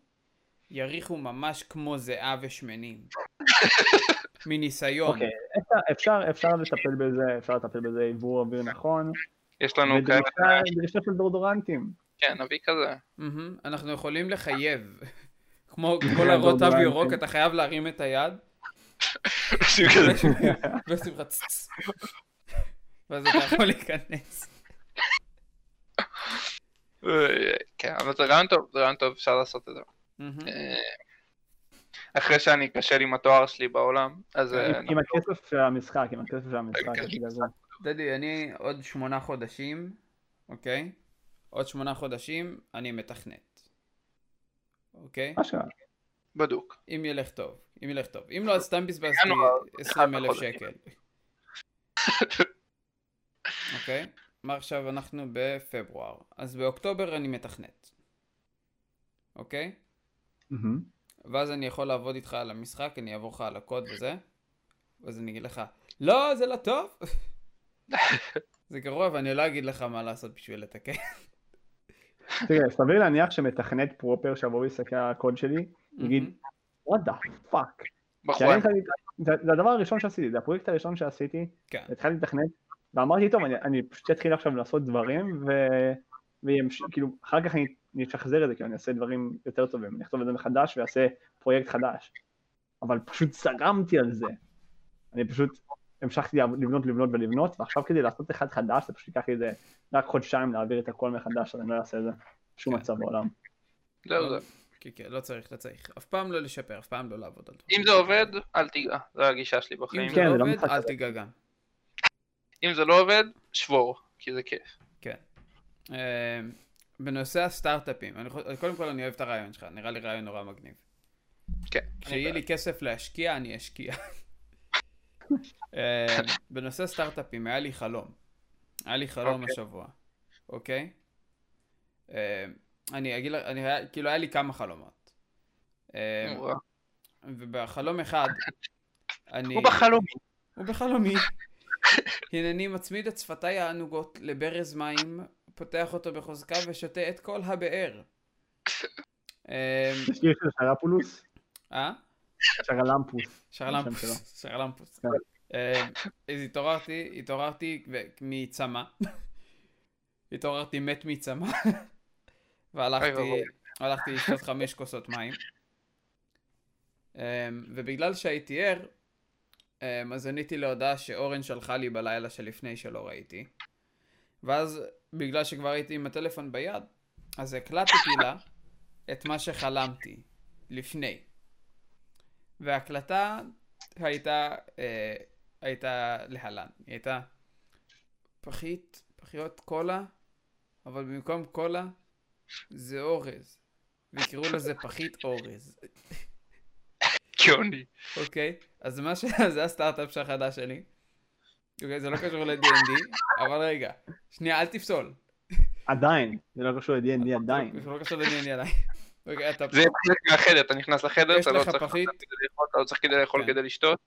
Speaker 1: יריחו ממש כמו זיעה ושמנים. מניסיון.
Speaker 3: אוקיי, אפשר- אפשר, אפשר לטפל בזה, אפשר לטפל בזה עבור אוויר נכון,
Speaker 2: יש לנו כאלה,
Speaker 3: ודרישה דרישה של דורדורנטים.
Speaker 2: כן, נביא כזה.
Speaker 1: מהמם. אנחנו יכולים לחייב. כמו כמו
Speaker 3: כן,
Speaker 1: להראות תו
Speaker 3: דורדורנטים.
Speaker 1: ירוק, אתה חייב להרים את היד. בשמחה צצצ. ואז אתה יכול להיכנס.
Speaker 2: אה, כן, אבל זה רעיון טוב, זה רעיון טוב, אפשר לעשות את זה.
Speaker 1: מהמם.
Speaker 2: אה, אחרי שאני אכשל עם התואר שלי בעולם, אז... אה,
Speaker 3: עם- עם הכסף של המשחק, עם הכסף של המשחק,
Speaker 2: כן.
Speaker 3: בגלל זה.
Speaker 1: דדי, אני עוד שמונה חודשים, אוקיי? עוד שמונה חודשים, אני מתכנת. אוקיי?
Speaker 3: אשכרה.
Speaker 2: בדוק.
Speaker 1: אם ילך טוב, אם ילך טוב. אם לא, אז סתם בזבזתי
Speaker 2: ינואר,
Speaker 1: 20 אלף
Speaker 2: בחודשים.
Speaker 1: שקל. אוקיי? מה עכשיו? אנחנו בפברואר. אז באוקטובר אני מתכנת. אוקיי?
Speaker 3: מהמם.
Speaker 1: ואז אני יכול לעבוד איתך על המשחק, אני אעבור לך על הקוד וזה, ואז אני אגיד לך, לא, זה לא טוב. זה גרוע, ואני לא אגיד לך מה לעשות בשביל לתקן.
Speaker 3: תראה, סביר להניח שמתכנת פרופר שיבוא ויסתכל על הקוד שלי, יגיד, what the fuck. כי
Speaker 2: בחור,
Speaker 3: אני התחלתי- זה זה הדבר הראשון שעשיתי, זה הפרויקט הראשון שעשיתי,
Speaker 1: כן.
Speaker 3: התחלתי לתכנת, ואמרתי, טוב, אני- אני פשוט אתחיל עכשיו לעשות דברים, ו- וימש- כאילו, אחר כך אני- אני אשחזר את זה, כאילו, אני אעשה דברים יותר טובים, אני אכתוב את זה מחדש ואעשה פרויקט חדש. אבל פשוט סגרמתי על זה. אני פשוט המשכתי לבנות, לבנות ולבנות, ועכשיו כדי לעשות אחד חדש, זה פשוט ייקח לי איזה רק חודשיים להעביר את הכל מחדש, אז אני לא אעשה את זה. שום
Speaker 1: כן.
Speaker 3: מצב בעולם.
Speaker 2: זהו זה.
Speaker 1: כן, כן, לא צריך, לא צריך. אף פעם לא לשפר, אף פעם לא לעבוד על דברים.
Speaker 2: אם זה עובד, אל תיגע, זו הגישה שלי בחיים.
Speaker 1: אם זה
Speaker 3: כן,
Speaker 1: לא
Speaker 3: זה לא
Speaker 1: עובד,
Speaker 3: משחק
Speaker 1: אל
Speaker 3: כזה.
Speaker 1: תיגע גם.
Speaker 2: אם זה לא עובד, שבור, כי זה כיף.
Speaker 1: אה, בנושא הסטארט-אפים, אני חו- קודם כל אני אוהב את הרעיון שלך, נראה לי רעיון נורא מגניב.
Speaker 2: כן.
Speaker 1: כשיהיה לי כסף להשקיע, אני אשקיע. אה, בנושא סטארט-אפים, היה לי חלום. היה לי חלום
Speaker 2: אוקיי.
Speaker 1: השבוע, אוקיי? אה, אני אגיד לך, אני היה- כאילו היה לי כמה חלומות. אה,
Speaker 2: הוא רע.
Speaker 1: ובחלום אחד, אני...
Speaker 2: הוא בחלומי.
Speaker 1: ובחלומי. הנני מצמיד את שפתיי הענוגות לברז מים, פותח אותו בחוזקה ושותה את כל הבאר. אמ,
Speaker 3: יש שיר של שרפולוס,
Speaker 1: אה?
Speaker 3: שרלמפוס. השם
Speaker 1: שרלמפוס, שרלמפוס.
Speaker 3: כן.
Speaker 1: אמ, אז התעוררתי, התעוררתי ו- מצמא. התעוררתי מת מצמא.
Speaker 2: ואבוי.
Speaker 1: והלכתי, הלכתי לשתות חמש כוסות מים. אמ, ובגלל שהייתי ער, אמ, אז עניתי להודעה שאורן שלחה לי בלילה שלפני שלא ראיתי. ואז בגלל שכבר הייתי עם הטלפון ביד, אז הקלטתי לה את מה שחלמתי לפני. וההקלטה הייתה, אה, הייתה להלן, היא הייתה פחית, פחיות קולה, אבל במקום קולה זה אורז. ויקראו לזה פחית אורז,
Speaker 2: קיוני.
Speaker 1: אוקיי? אז מה ש... זה הסטארט-אפ החדש שלי. אוקיי, זה לא קשור ל-D&D, אבל רגע. שנייה, אל תפסול.
Speaker 3: עדיין, זה לא קשור ל-D&D עדיין.
Speaker 1: זה לא קשור ל-D&D עדיין. אוקיי, אתה...
Speaker 2: זה חלק מהחדר, אתה נכנס לחדר,
Speaker 1: יש
Speaker 2: אתה לא
Speaker 1: לך
Speaker 2: צריך
Speaker 1: פחית?
Speaker 2: כדי לאכול, אתה לא צריך כדי לאכול
Speaker 1: כן.
Speaker 2: כדי לשתות,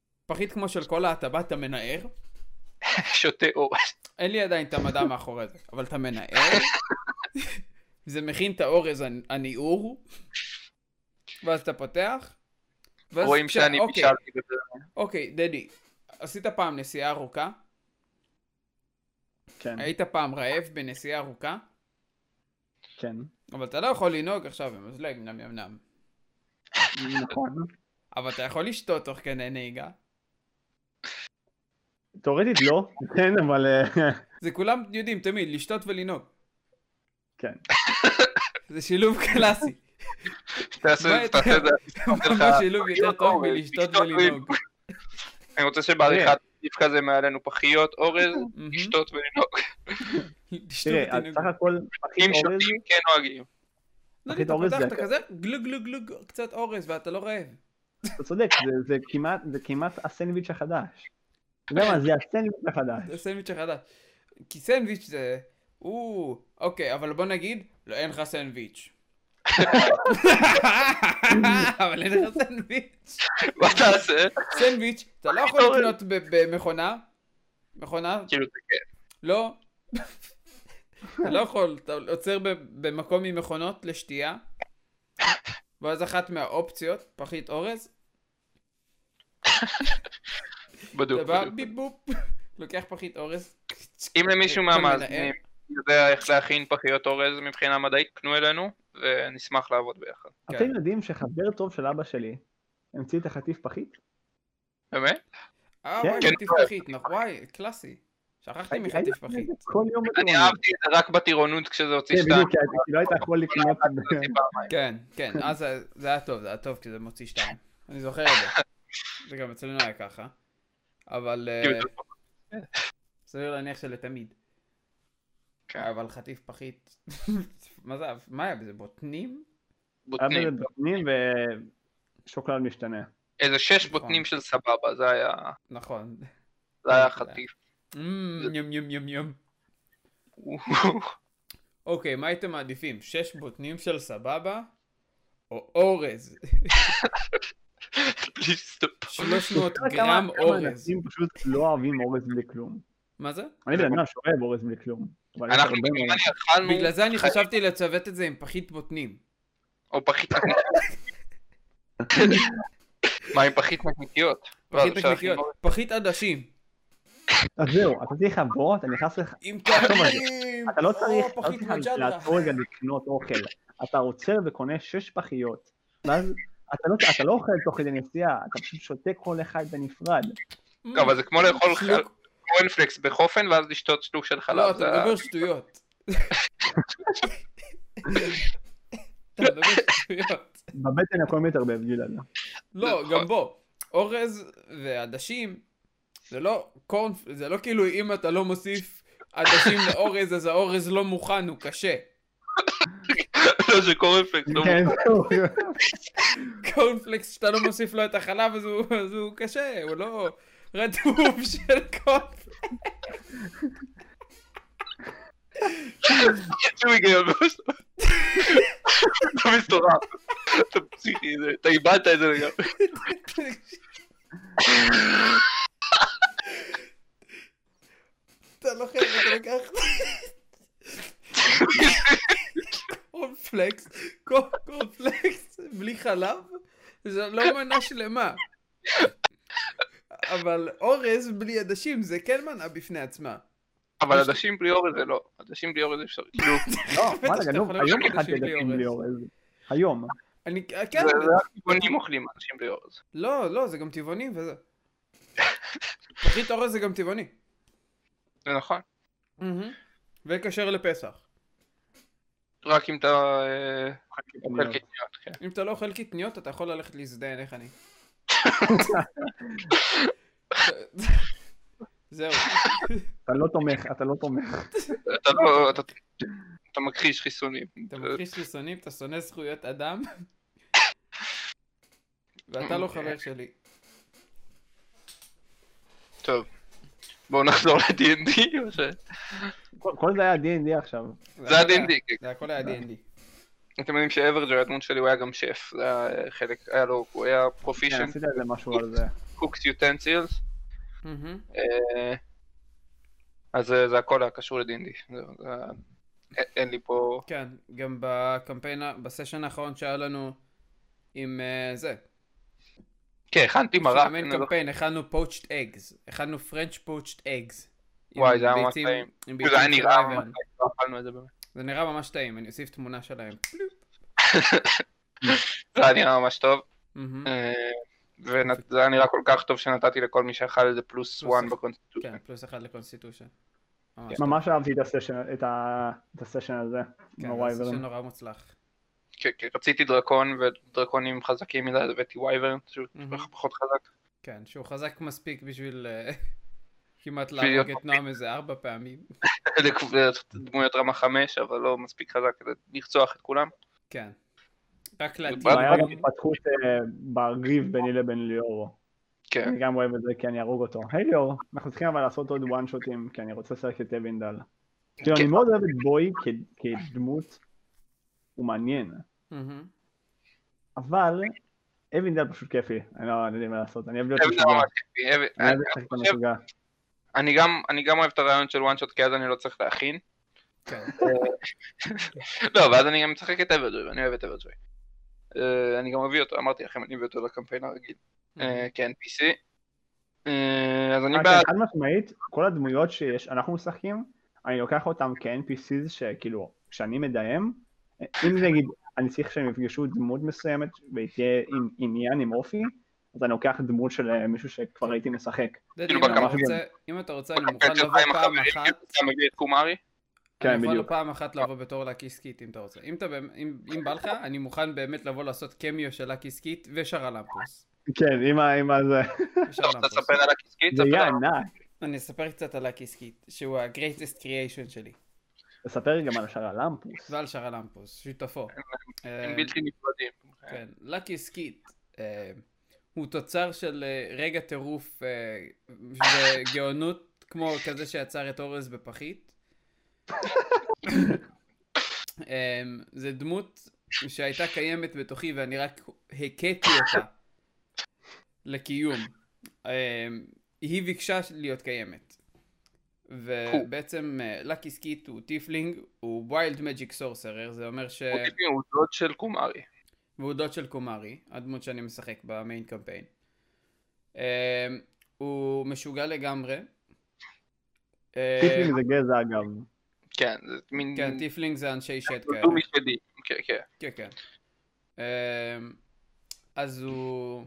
Speaker 1: פחית כמו של קולה, אתה בא, אתה מנער.
Speaker 2: שותה אור.
Speaker 1: אין לי עדיין את המדע מאחורי זה, אבל אתה מנער, זה מכין את האורז הנ- הניעור, ואז אתה פותח, ואז
Speaker 2: רואים
Speaker 1: כש-
Speaker 2: שאני
Speaker 1: אוקיי,
Speaker 2: בישלתי בזה.
Speaker 1: אוקיי, דדי, עשית פעם נסיעה ארוכה?
Speaker 3: כן,
Speaker 1: היית פעם רעב בנסיעה ארוכה?
Speaker 3: כן.
Speaker 1: אבל אתה לא יכול לנהוג עכשיו עם מזלג, נם נם נם.
Speaker 3: נכון.
Speaker 1: אבל אתה יכול לשתות תוך כדי נהיגה.
Speaker 3: תאורטית לא, כן, אבל... אה,
Speaker 1: זה כולם יודעים תמיד, לשתות ולנהוג.
Speaker 3: כן.
Speaker 1: זה שילוב קלאסי.
Speaker 2: תעשה
Speaker 1: מה
Speaker 2: תעשה את זה.
Speaker 1: ממש שילוב יותר טוב מלשתות
Speaker 2: לשתות
Speaker 1: ולנהוג.
Speaker 2: אני רוצה שבעריכה
Speaker 1: כן.
Speaker 2: תוסיף כזה מעלינו פחיות אורז,
Speaker 1: מהמם.
Speaker 2: לשתות ולנהוג.
Speaker 1: לשתות
Speaker 3: תראה, אז
Speaker 1: ולנהוג.
Speaker 3: סך הכל,
Speaker 2: אם
Speaker 3: פחית אורז,
Speaker 2: שותים כן נוהגים.
Speaker 1: לא יודע,
Speaker 3: פחית
Speaker 1: אתה
Speaker 3: אורז
Speaker 1: פותח,
Speaker 3: זה-
Speaker 1: אתה כזה גלוג גלוג גלוג קצת אורז ואתה לא רעב.
Speaker 3: אתה צודק, זה- זה כמעט, זה כמעט הסנדוויץ' החדש. אתה יודע מה, זה הסנדוויץ' החדש.
Speaker 1: זה סנדוויץ' החדש. כי סנדוויץ' זה... או, אוקיי, אבל בוא נגיד, לא, אין לך סנדוויץ'. אבל אין לך סנדוויץ'.
Speaker 2: מה תעשה?
Speaker 1: סנדוויץ', אתה לא יכול
Speaker 2: אורז.
Speaker 1: לקנות ב- במכונה. מכונה?
Speaker 2: כאילו זה כן.
Speaker 1: לא. אתה לא יכול, אתה עוצר ב- במקום עם מכונות לשתייה, ואז אחת מהאופציות, פחית אורז,
Speaker 2: בדוק.
Speaker 1: אתה בא
Speaker 2: בדוק.
Speaker 1: ביפ בופ, לוקח פחית אורז.
Speaker 2: אם למישהו
Speaker 1: אתה מנער.
Speaker 2: מהמאזינים יודע איך להכין פחיות אורז מבחינה מדעית, פנו אלינו ונשמח לעבוד ביחד.
Speaker 1: כן.
Speaker 3: אתם יודעים שחבר טוב של אבא שלי המציא את החטיף פחית?
Speaker 2: באמת?
Speaker 1: אה,
Speaker 3: כן.
Speaker 1: וואי,
Speaker 2: כן.
Speaker 1: חטיף פחית, נכון, וואי, קלאסי. שכחתי
Speaker 3: הייתי- הייתי
Speaker 1: מחטיף
Speaker 3: עושה את
Speaker 1: פחית.
Speaker 3: זה כל יום
Speaker 2: אני
Speaker 3: בטירונות.
Speaker 2: אהבתי את זה רק בטירונות כשזה הוציא
Speaker 3: כן,
Speaker 2: שתיים.
Speaker 3: בדיוק, כי הייתי- כי לא היית יכול לקנות...
Speaker 2: זה פעמיים.
Speaker 1: כן, כן, אז זה- זה היה טוב, זה היה טוב, כי זה מוציא שתיים. אני זוכר את זה. זה גם אצלנו היה ככה. אבל אה,
Speaker 2: כאילו, זה לא
Speaker 1: סביר להניח שלתמיד.
Speaker 2: כן.
Speaker 1: אבל חטיף פחית, מה זה, מה היה בזה, בוטנים?
Speaker 3: היה
Speaker 2: בוטנים.
Speaker 3: בזה דפנים ושוקולד משתנה.
Speaker 2: איזה שש
Speaker 1: נכון.
Speaker 2: בוטנים של סבבה, זה היה
Speaker 1: נכון.
Speaker 2: זה
Speaker 1: כן.
Speaker 2: היה חטיף.
Speaker 1: אמ, יום יום יום יום. אוקיי, מה הייתם מעדיפים? שש בוטנים של סבבה? או אורז?
Speaker 2: בלי סטופ.
Speaker 1: 300
Speaker 3: אתה יודע כמה-
Speaker 1: גרם
Speaker 3: כמה
Speaker 1: אורז.
Speaker 3: אנשים פשוט לא אוהבים אורז בלי כלום.
Speaker 1: מה זה?
Speaker 3: אני בן אדם שאוהב אורז בלי כלום. אבל יש
Speaker 2: אנחנו
Speaker 3: הרבה מאוד-
Speaker 2: בגרמניה אכלנו,
Speaker 1: בגלל זה אני
Speaker 2: חי-
Speaker 1: חשבתי לצוות את זה עם פחית בוטנים.
Speaker 2: או פחית נקניקיות. מה עם פחית נקניקיות?
Speaker 1: פחית
Speaker 2: לא, אפשר
Speaker 1: נקניקיות.
Speaker 2: להכין
Speaker 1: פחית עדשים.
Speaker 3: אז זהו, אתה צריך לבוא, אתה נכנס לך...
Speaker 1: עם
Speaker 3: תחשוב על זה.
Speaker 1: טעמים!
Speaker 3: אתה לא צריך
Speaker 1: או
Speaker 3: לא
Speaker 1: פחית
Speaker 3: צריך
Speaker 1: מג'אדרה.
Speaker 3: לעצור רגע לקנות אוכל. אתה עוצר וקונה שש פחיות, ואז אתה לא, אתה לא אוכל תוך כדי נסיעה, אתה פשוט שותה כל אחד בנפרד.
Speaker 2: לא, אבל זה כמו לאכול
Speaker 1: שלוק.
Speaker 2: קורנפלקס בחופן ואז לשתות שלוק של
Speaker 1: לא,
Speaker 2: חלב.
Speaker 1: אתה
Speaker 2: זה ה-
Speaker 1: מדבר שטויות. אתה מדבר שטויות.
Speaker 3: בבטן הכל מתערבב, גלעד.
Speaker 1: לא,
Speaker 2: נכון.
Speaker 1: גם בוא, אורז ועדשים, זה לא קורנ... זה לא כאילו אם אתה לא מוסיף עדשים לאורז, אז האורז לא מוכן, הוא קשה.
Speaker 2: לא, זה קורנפלקס. לא
Speaker 3: כן, זהו.
Speaker 1: קורנפלקס שאתה לא מוסיף לו את החלב, אז הוא, אז הוא קשה, הוא לא רטוב של קורנפלקס.
Speaker 2: שום היגיון. אתה מסתובב. אתה פסיכי, זה- אתה איבדת את זה לגמרי.
Speaker 1: אתה לא חייב לקחת קורנפלקס, קור- קורנפלקס בלי חלב, זה לא מנה שלמה. אבל אורז בלי עדשים זה כן מנה בפני עצמה.
Speaker 2: אבל עדשים בלי אורז זה לא. עדשים בלי אורז זה אפשרי. כאילו,
Speaker 3: לא,
Speaker 1: בטח
Speaker 3: וואלה,
Speaker 1: שאתה
Speaker 3: גנוב,
Speaker 1: יכול
Speaker 3: היום
Speaker 1: לאכול
Speaker 3: אכלתי
Speaker 1: אנשים בלי
Speaker 3: עדשים בלי
Speaker 1: אורז.
Speaker 3: אורז. היום.
Speaker 1: אני, כן,
Speaker 2: זה זה רק טבעונים אוכלים עדשים בלי אורז.
Speaker 1: לא, לא, זה גם טבעוני וזה. פחית אורז זה גם טבעוני.
Speaker 2: זה נכון.
Speaker 1: וכשר לפסח.
Speaker 2: רק אם אתה אה, אוכל
Speaker 3: קטניות.
Speaker 2: קטניות. כן.
Speaker 1: אם אתה לא אוכל קטניות, אתה יכול ללכת להזדיין, איך אני? זהו.
Speaker 3: אתה לא תומך, אתה לא תומך.
Speaker 2: אתה לא... אתה- אתה מכחיש חיסונים.
Speaker 1: אתה מכחיש חיסונים, אתה שונא זכויות אדם, ואתה לא חבר שלי.
Speaker 2: טוב. בואו נחזור ל-D&D. או ש-
Speaker 3: כל- כל זה היה D&D עכשיו.
Speaker 2: זה היה D&D. כן.
Speaker 1: זה הכל היה D&D.
Speaker 2: אתם יודעים שאברג'ר, הדמות שלי, הוא היה גם שף. זה היה חלק... היה לו... הוא היה
Speaker 3: כן,
Speaker 2: פרופישנט,
Speaker 3: עשית איזה משהו על זה.
Speaker 2: קוקס יוטנסילס.
Speaker 1: מהמם.
Speaker 2: אה, אז אה, זה הכל היה קשור לדינדי. זהו, זה היה- אין- אין לי פה...
Speaker 1: כן, גם בקמפיין, ה- בסשן האחרון שהיה לנו עם אה, זה.
Speaker 2: כן, הכנתי מרק.
Speaker 1: מאמן
Speaker 2: אני לא-
Speaker 1: קמפיין, הכנו פוצ'ט אגז. הכנו פרנץ' פוצ'ט אגז.
Speaker 2: וואי, זה היה ממש טעים. זה היה נראה ממש
Speaker 1: טעים.
Speaker 2: לא אכלנו את זה באמת.
Speaker 1: זה נראה ממש טעים, אני אוסיף תמונה שלהם.
Speaker 2: זה היה נראה ממש טוב.
Speaker 1: מהמם.
Speaker 3: אה,
Speaker 2: וזה היה נראה כל כך טוב שנתתי לכל מי שאכל את זה פלוס
Speaker 1: פלוס
Speaker 2: וואן
Speaker 1: אחד.
Speaker 2: בקונסטיטושן.
Speaker 1: כן, פלוס אחד לקונסטיטושן. כן.
Speaker 3: ממש אהבתי את הסשן- את ה- את הסשן הזה. נורא
Speaker 1: כן, זה
Speaker 3: עיוורים.
Speaker 1: נורא מוצלח.
Speaker 2: כן, כן, רציתי דרקון ודרקונים חזקים מדי, אז הבאתי וייברן, שהוא
Speaker 1: מהמם.
Speaker 2: פחות חזק.
Speaker 1: כן, שהוא חזק מספיק בשביל אה, כמעט
Speaker 2: בשביל
Speaker 1: להרוג
Speaker 2: להיות
Speaker 1: את נועם איזה ארבע פעמים.
Speaker 2: דמויות רמה חמש, אבל לא מספיק חזק כדי לרצוח את כולם.
Speaker 1: כן. רק
Speaker 2: בא-
Speaker 3: והיה גם
Speaker 1: להתאים.
Speaker 3: התפתחות אה, בריב ביני לבין ליאור.
Speaker 2: כן,
Speaker 3: אני גם אוהב את זה כי אני ארוג אותו. היי ליאור, אנחנו צריכים אבל לעשות עוד וואן שוטים, כי אני רוצה לשחק את אבינדל. תראו,
Speaker 2: כן.
Speaker 3: אני מאוד אוהב את בוי כ- כדמות, הוא מעניין,
Speaker 1: מהמם.
Speaker 3: אבל אבינדל פשוט כיפי, אני לא אני לא יודע מה לעשות, אני אוהב להיות
Speaker 2: אבן
Speaker 3: משוגע.
Speaker 2: זה
Speaker 1: לא.
Speaker 2: ממש כיפי, אבן-
Speaker 1: אה,
Speaker 3: אני אוהב לשחק
Speaker 2: אני
Speaker 3: את
Speaker 2: חושב-
Speaker 3: המשוגע.
Speaker 2: אני גם- אני גם אוהב את הרעיון של וואן שוט, כי אז אני לא צריך להכין.
Speaker 1: כן.
Speaker 2: לא, ואז אני גם משחק את אברג'וי, ואני אוהב את אברג'וי. אה, אני גם מביא אותו, אמרתי לכם, אני מביא אותו לקמפיין הרגיל.
Speaker 1: Mhm.
Speaker 2: אה, כ-NPC. אה, אז אני
Speaker 3: אבל
Speaker 2: בעד,
Speaker 3: כן, חד משמעית, כל הדמויות שאנחנו משחקים, אני לוקח אותם כ-NPCs שכאילו, כשאני מדיים, אם נגיד אני צריך שהם יפגשו דמות מסוימת והיא תהיה עם עניין, עם אופי, אז אני לוקח דמות של אה, מישהו שכבר הייתי משחק.
Speaker 1: דדי,
Speaker 2: כאילו
Speaker 1: אם אתה
Speaker 3: בקמפיין.
Speaker 1: רוצה- אם אתה רוצה, אני מוכן
Speaker 2: בקמפיין שלך
Speaker 1: לבוא פעם
Speaker 2: עם כן, החברים,
Speaker 1: אחת.
Speaker 2: אתה מביא את קומארי,
Speaker 3: כן,
Speaker 1: אני יכול
Speaker 3: בדיוק.
Speaker 1: פעם אחת לבוא בתור לקי סקיט אם אתה רוצה. אם אתה באמת- אם אם בא לך, אני מוכן באמת לבוא לעשות קמיו של לקי סקיט ושרלמפוס.
Speaker 3: כן, עם ה... עם ה... זה-
Speaker 2: אתה רוצה
Speaker 1: ושרלמפוס.
Speaker 2: לספר על הקיסקית?
Speaker 3: זה
Speaker 2: ספר
Speaker 3: יהיה
Speaker 2: על-
Speaker 3: ענק.
Speaker 1: אני אספר קצת על לקי סקיט, שהוא ה-greatest creation שלי.
Speaker 3: תספר גם על השרלמפוס.
Speaker 1: ועל שרלמפוס, שותפו.
Speaker 2: הם
Speaker 1: אה,
Speaker 2: בלתי נפרדים.
Speaker 1: כן, לקי סקיט אה, הוא תוצר של אה, רגע טירוף אה, וגאונות כמו כזה שיצר את אורז בפחית. אה, זה דמות שהייתה קיימת בתוכי ואני רק הכיתי אותה לקיום. אה, היא ביקשה להיות קיימת. ובעצם לקי סקיט הוא טיפלינג, הוא ווילד מג'יק סורסרר, זה אומר ש...
Speaker 2: הוא טבעי, הוא דוד של קומארי.
Speaker 1: והוא דוד של קומארי, הדמות שאני משחק במיין קמפיין. Um, הוא משוגע לגמרי. Um,
Speaker 3: טיפלים זה גזע אגב.
Speaker 2: כן, זה מין...
Speaker 1: כן, טיפלינג זה אנשי שט
Speaker 3: לא
Speaker 1: כאלה.
Speaker 2: דומי שלי. כן, כן.
Speaker 1: כן, כן. Um, אז אמ, הוא...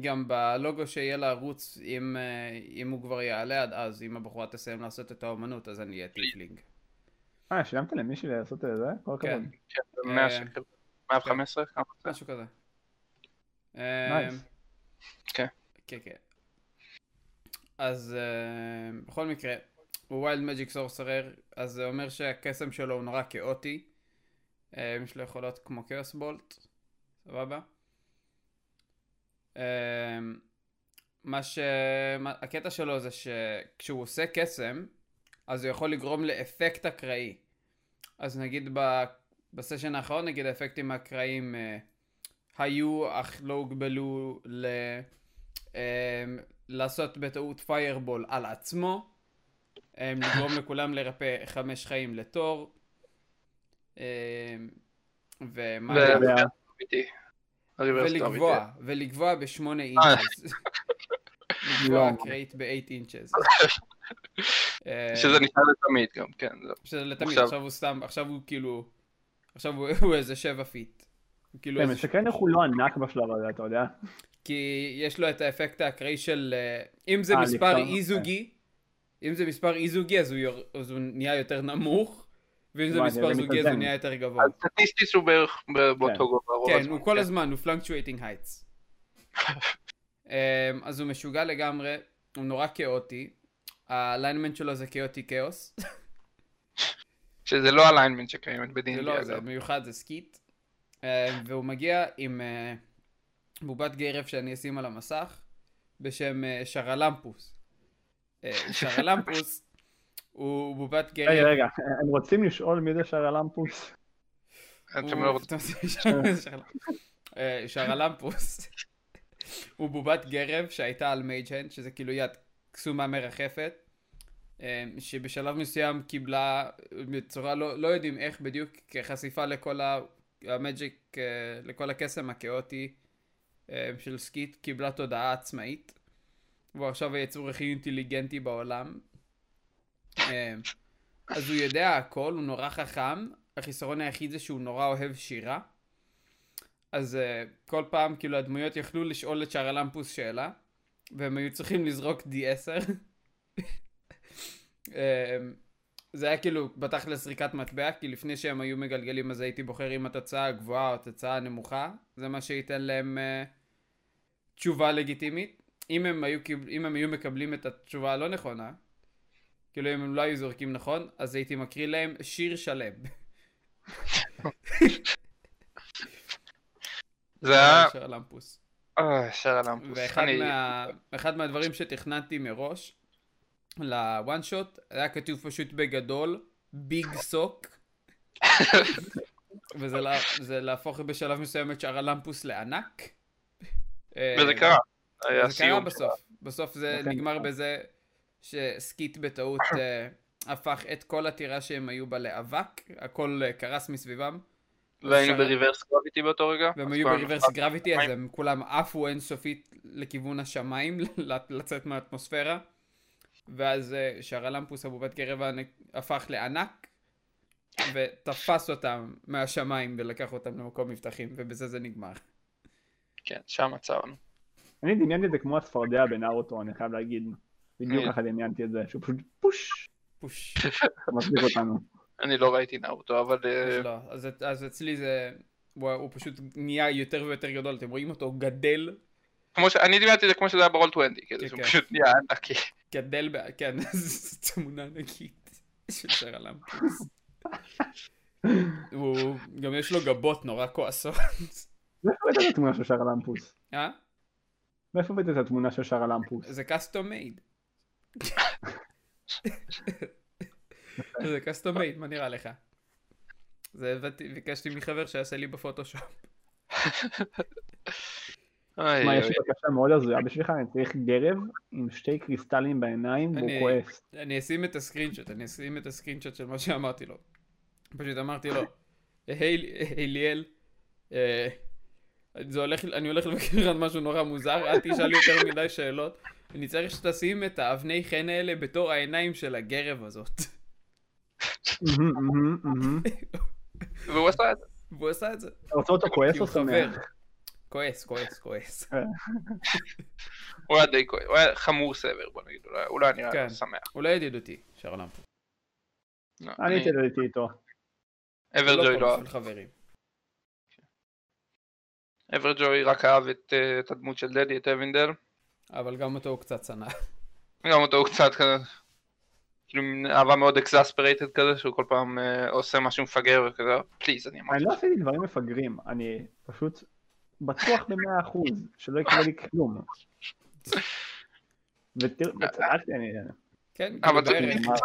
Speaker 1: גם בלוגו שיהיה לערוץ, אם, אה, אם הוא כבר יעלה עד אז, אם הבחורה תסיים לעשות את האומנות, אז אני אהיה טיפלינג.
Speaker 3: אה, שילמת למישהו לעשות את זה? כל הכבוד.
Speaker 1: כן,
Speaker 2: כן, 100 שקל, 115, כמה זה?
Speaker 1: משהו כזה.
Speaker 3: נייס.
Speaker 1: אה, כן, כן. אז אה, בכל מקרה, הוא ויילד מג'יק סורסרר, אז זה אומר שהקסם שלו הוא נורא כאוטי. אה, יש לו יכולות כמו כאוס בולט, סבבה? אה, מה ש... מה... הקטע שלו זה שכשהוא עושה קסם, אז הוא יכול לגרום לאפקט אקראי. אז נגיד ב... בסשן האחרון, נגיד האפקטים האקראיים אה, היו אך לא הוגבלו ל... אמ, לעשות בטעות פיירבול על עצמו, אמ, לגרום לכולם לרפא חמש חיים לתור, אמ, ומה...
Speaker 2: ו-
Speaker 3: אתה יודע,
Speaker 2: אמיתי. הריברס
Speaker 1: ולגבוה, ולגבוה
Speaker 2: אה.
Speaker 1: בשמונה אינצ'ס. לגבוה
Speaker 3: לא.
Speaker 1: קרייט ב-8 אינצ'ס. אה.
Speaker 2: טוב. שזה נשאר לתמיד גם, כן. זהו.
Speaker 1: שזה לתמיד,
Speaker 2: עכשיו-
Speaker 1: עכשיו הוא סתם, עכשיו הוא כאילו, עכשיו הוא- הוא איזה שבע פיט. הוא כאילו
Speaker 3: כן,
Speaker 1: איזה
Speaker 3: מסקרן איך הוא לא ענק בשלב הזה, אתה יודע?
Speaker 1: כי יש לו את האפקט האקראי של אה, אם זה
Speaker 3: אה,
Speaker 1: מספר
Speaker 3: לפתור,
Speaker 1: אי זוגי, אם זה מספר אי זוגי אז הוא יור- אז הוא נהיה יותר נמוך, ואם זה
Speaker 3: וואי,
Speaker 1: מספר
Speaker 3: זה
Speaker 1: זוגי אז
Speaker 3: מתאזן.
Speaker 1: הוא נהיה יותר גבוה.
Speaker 2: אז סטטיסטית הוא בערך ב- באותו גובה. רוב
Speaker 1: כן,
Speaker 2: הזמן,
Speaker 1: הוא כל הזמן, הוא פלנקצ'ואטינג הייטס. אז הוא משוגע לגמרי, הוא נורא כאוטי, הליינמנט שלו זה כאוטי כאוס,
Speaker 2: שזה לא הליינמנט שקיימת
Speaker 1: זה
Speaker 2: בדין.
Speaker 1: לא, זה מיוחד, זה סקיט, אה, והוא מגיע עם אה, בובת גרב שאני אשים על המסך, בשם אה, שרלמפוס. אה, שרלמפוס הוא בובת
Speaker 3: רגע,
Speaker 1: גרב.
Speaker 3: רגע, הם רוצים לשאול מי זה שרלמפוס?
Speaker 2: אתם
Speaker 1: הוא-
Speaker 2: לא רוצים.
Speaker 1: אתם עושים שם- שרל- אה, שרלמפוס הוא בובת גרב שהייתה על מייג'הנד, שזה כאילו יד קסומה מרחפת, אה, שבשלב מסוים קיבלה בצורה לא, לא יודעים איך בדיוק, כחשיפה לכל ה- המג'יק, אה, לכל הקסם הכאוטי אה, של סקיט, קיבלה תודעה עצמאית. והוא עכשיו היצור הכי אינטליגנטי בעולם. אה, אז הוא יודע הכל, הוא נורא חכם, החיסרון היחיד זה שהוא נורא אוהב שירה. אז uh, כל פעם כאילו הדמויות יכלו לשאול את שרלמפוס שאלה, והם היו צריכים לזרוק D10. um, זה היה כאילו בתכל'ס זריקת מטבע, כי לפני שהם היו מגלגלים אז הייתי בוחר אם התוצאה הגבוהה או התוצאה הנמוכה, זה מה שייתן להם uh, תשובה לגיטימית. אם הם, היו, קיב- אם הם היו מקבלים את התשובה הלא נכונה, כאילו אם הם לא היו זורקים נכון, אז הייתי מקריא להם שיר שלם.
Speaker 2: זה היה...
Speaker 1: של הלמפוס.
Speaker 2: אה, שרה למפוס.
Speaker 1: ואחד
Speaker 2: אני-
Speaker 1: מה- אחד מהדברים שתכננתי מראש לוואן שוט, היה כתוב פשוט בגדול, ביג סוק. וזה לה- זה להפוך בשלב מסוים את שאר הלמפוס לענק.
Speaker 2: וזה
Speaker 1: אה,
Speaker 2: קרה. היה
Speaker 1: זה קרה
Speaker 2: סיום.
Speaker 1: בסוף. בסוף זה
Speaker 3: לכן-
Speaker 1: נגמר בזה שסקיט בטעות אה, הפך את כל הטירה שהם היו בה לאבק, הכל אה, קרס מסביבם.
Speaker 2: והיינו
Speaker 1: שרה-
Speaker 2: בריברס קרביטי באותו רגע.
Speaker 1: והם
Speaker 2: אז
Speaker 1: היו
Speaker 2: כולם-
Speaker 1: בריברס גרביטי, אז
Speaker 2: שמיים.
Speaker 1: הם כולם עפו אינסופית לכיוון השמיים, ל- לצאת מהאטמוספירה. ואז אה, שהרלמפוס הבובת גרב הענק- הפך לענק, ותפס אותם מהשמיים ולקח אותם למקום מבטחים, ובזה זה נגמר.
Speaker 2: כן, שם עצרנו.
Speaker 3: אני דמיינתי את זה כמו הצפרדע בנארוטו, אני חייב להגיד. בדיוק
Speaker 2: אה.
Speaker 1: כן.
Speaker 3: ככה דמיינתי את זה, שהוא פשוט פוש,
Speaker 1: פוש.
Speaker 3: מחזיק אותנו.
Speaker 2: אני לא ראיתי נאוטו, אבל... אה,
Speaker 1: אז לא, אז, אז אצלי זה... הוא, הוא פשוט נהיה יותר ויותר גדול, אתם רואים אותו גדל,
Speaker 2: כמו ש... אני דיברתי על זה כמו שזה היה ברול 20,
Speaker 1: כן,
Speaker 2: כזה שהוא
Speaker 1: כן.
Speaker 2: פשוט נהיה ענקי.
Speaker 1: גדל, ב... כן, זו תמונה ענקית של שרלמפוס. הוא, גם יש לו גבות נורא כועסות.
Speaker 3: מאיפה הבאת את התמונה של שרלמפוס?
Speaker 1: אה?
Speaker 3: מאיפה הבאת את התמונה של שרלמפוס?
Speaker 1: זה custom made. זה custom made, מה נראה לך? זה הבאתי, ביקשתי מחבר שיעשה לי בפוטושופ.
Speaker 2: אוי, אוי,
Speaker 3: מה,
Speaker 1: אה,
Speaker 3: יש לי בקשה מאוד הזויה בשבילך, אני צריך גרב עם שתי קריסטלים בעיניים והוא
Speaker 1: אני-
Speaker 3: כועס.
Speaker 1: אני אשים את הסקרינשוט, אני אשים את הסקרינשוט של מה שאמרתי לו. פשוט אמרתי לו, היי היי ליאל, אה, זה הולך, אני הולך לבקר על משהו נורא מוזר, אל תשאל לי יותר מדי שאלות. אני צריך שתשים את האבני חן האלה בתור העיניים של הגרב הזאת.
Speaker 3: אהה, אהה, אהה.
Speaker 2: והוא עשה את זה.
Speaker 1: והוא עשה את זה.
Speaker 3: אתה רוצה אותו כועס
Speaker 1: כי
Speaker 3: או
Speaker 1: הוא חבר.
Speaker 3: שמח?
Speaker 1: כועס, כועס, כועס.
Speaker 2: הוא היה די כואב, הוא היה חמור סבר בוא נגיד, אולי- אולי אני
Speaker 1: כן.
Speaker 2: היה שמח.
Speaker 1: הוא לא ידידותי, שרלם.
Speaker 2: לא,
Speaker 3: אני
Speaker 2: אני-
Speaker 3: התעדדתי איתו.
Speaker 2: אברג'וי לא
Speaker 1: פה
Speaker 2: אהב.
Speaker 1: בשביל חברים.
Speaker 2: אברג'וי רק אהב את אה, את הדמות של דדי, את אבינדר.
Speaker 1: אבל גם אותו הוא קצת שנא.
Speaker 2: גם אותו הוא קצת כזה, כאילו מין אהבה מאוד אקזספרייטד כזה, שהוא כל פעם אה, עושה משהו מפגר וכזה, פליז, אני אמרתי.
Speaker 3: אני לא עשיתי דברים מפגרים, אני פשוט בטוח במאה אחוז שלא יקרה לי כלום. ותראו,
Speaker 2: אה,
Speaker 3: צעקתי, אני...
Speaker 1: כן,
Speaker 2: אבל
Speaker 1: כאילו
Speaker 2: אתה-
Speaker 1: בערך.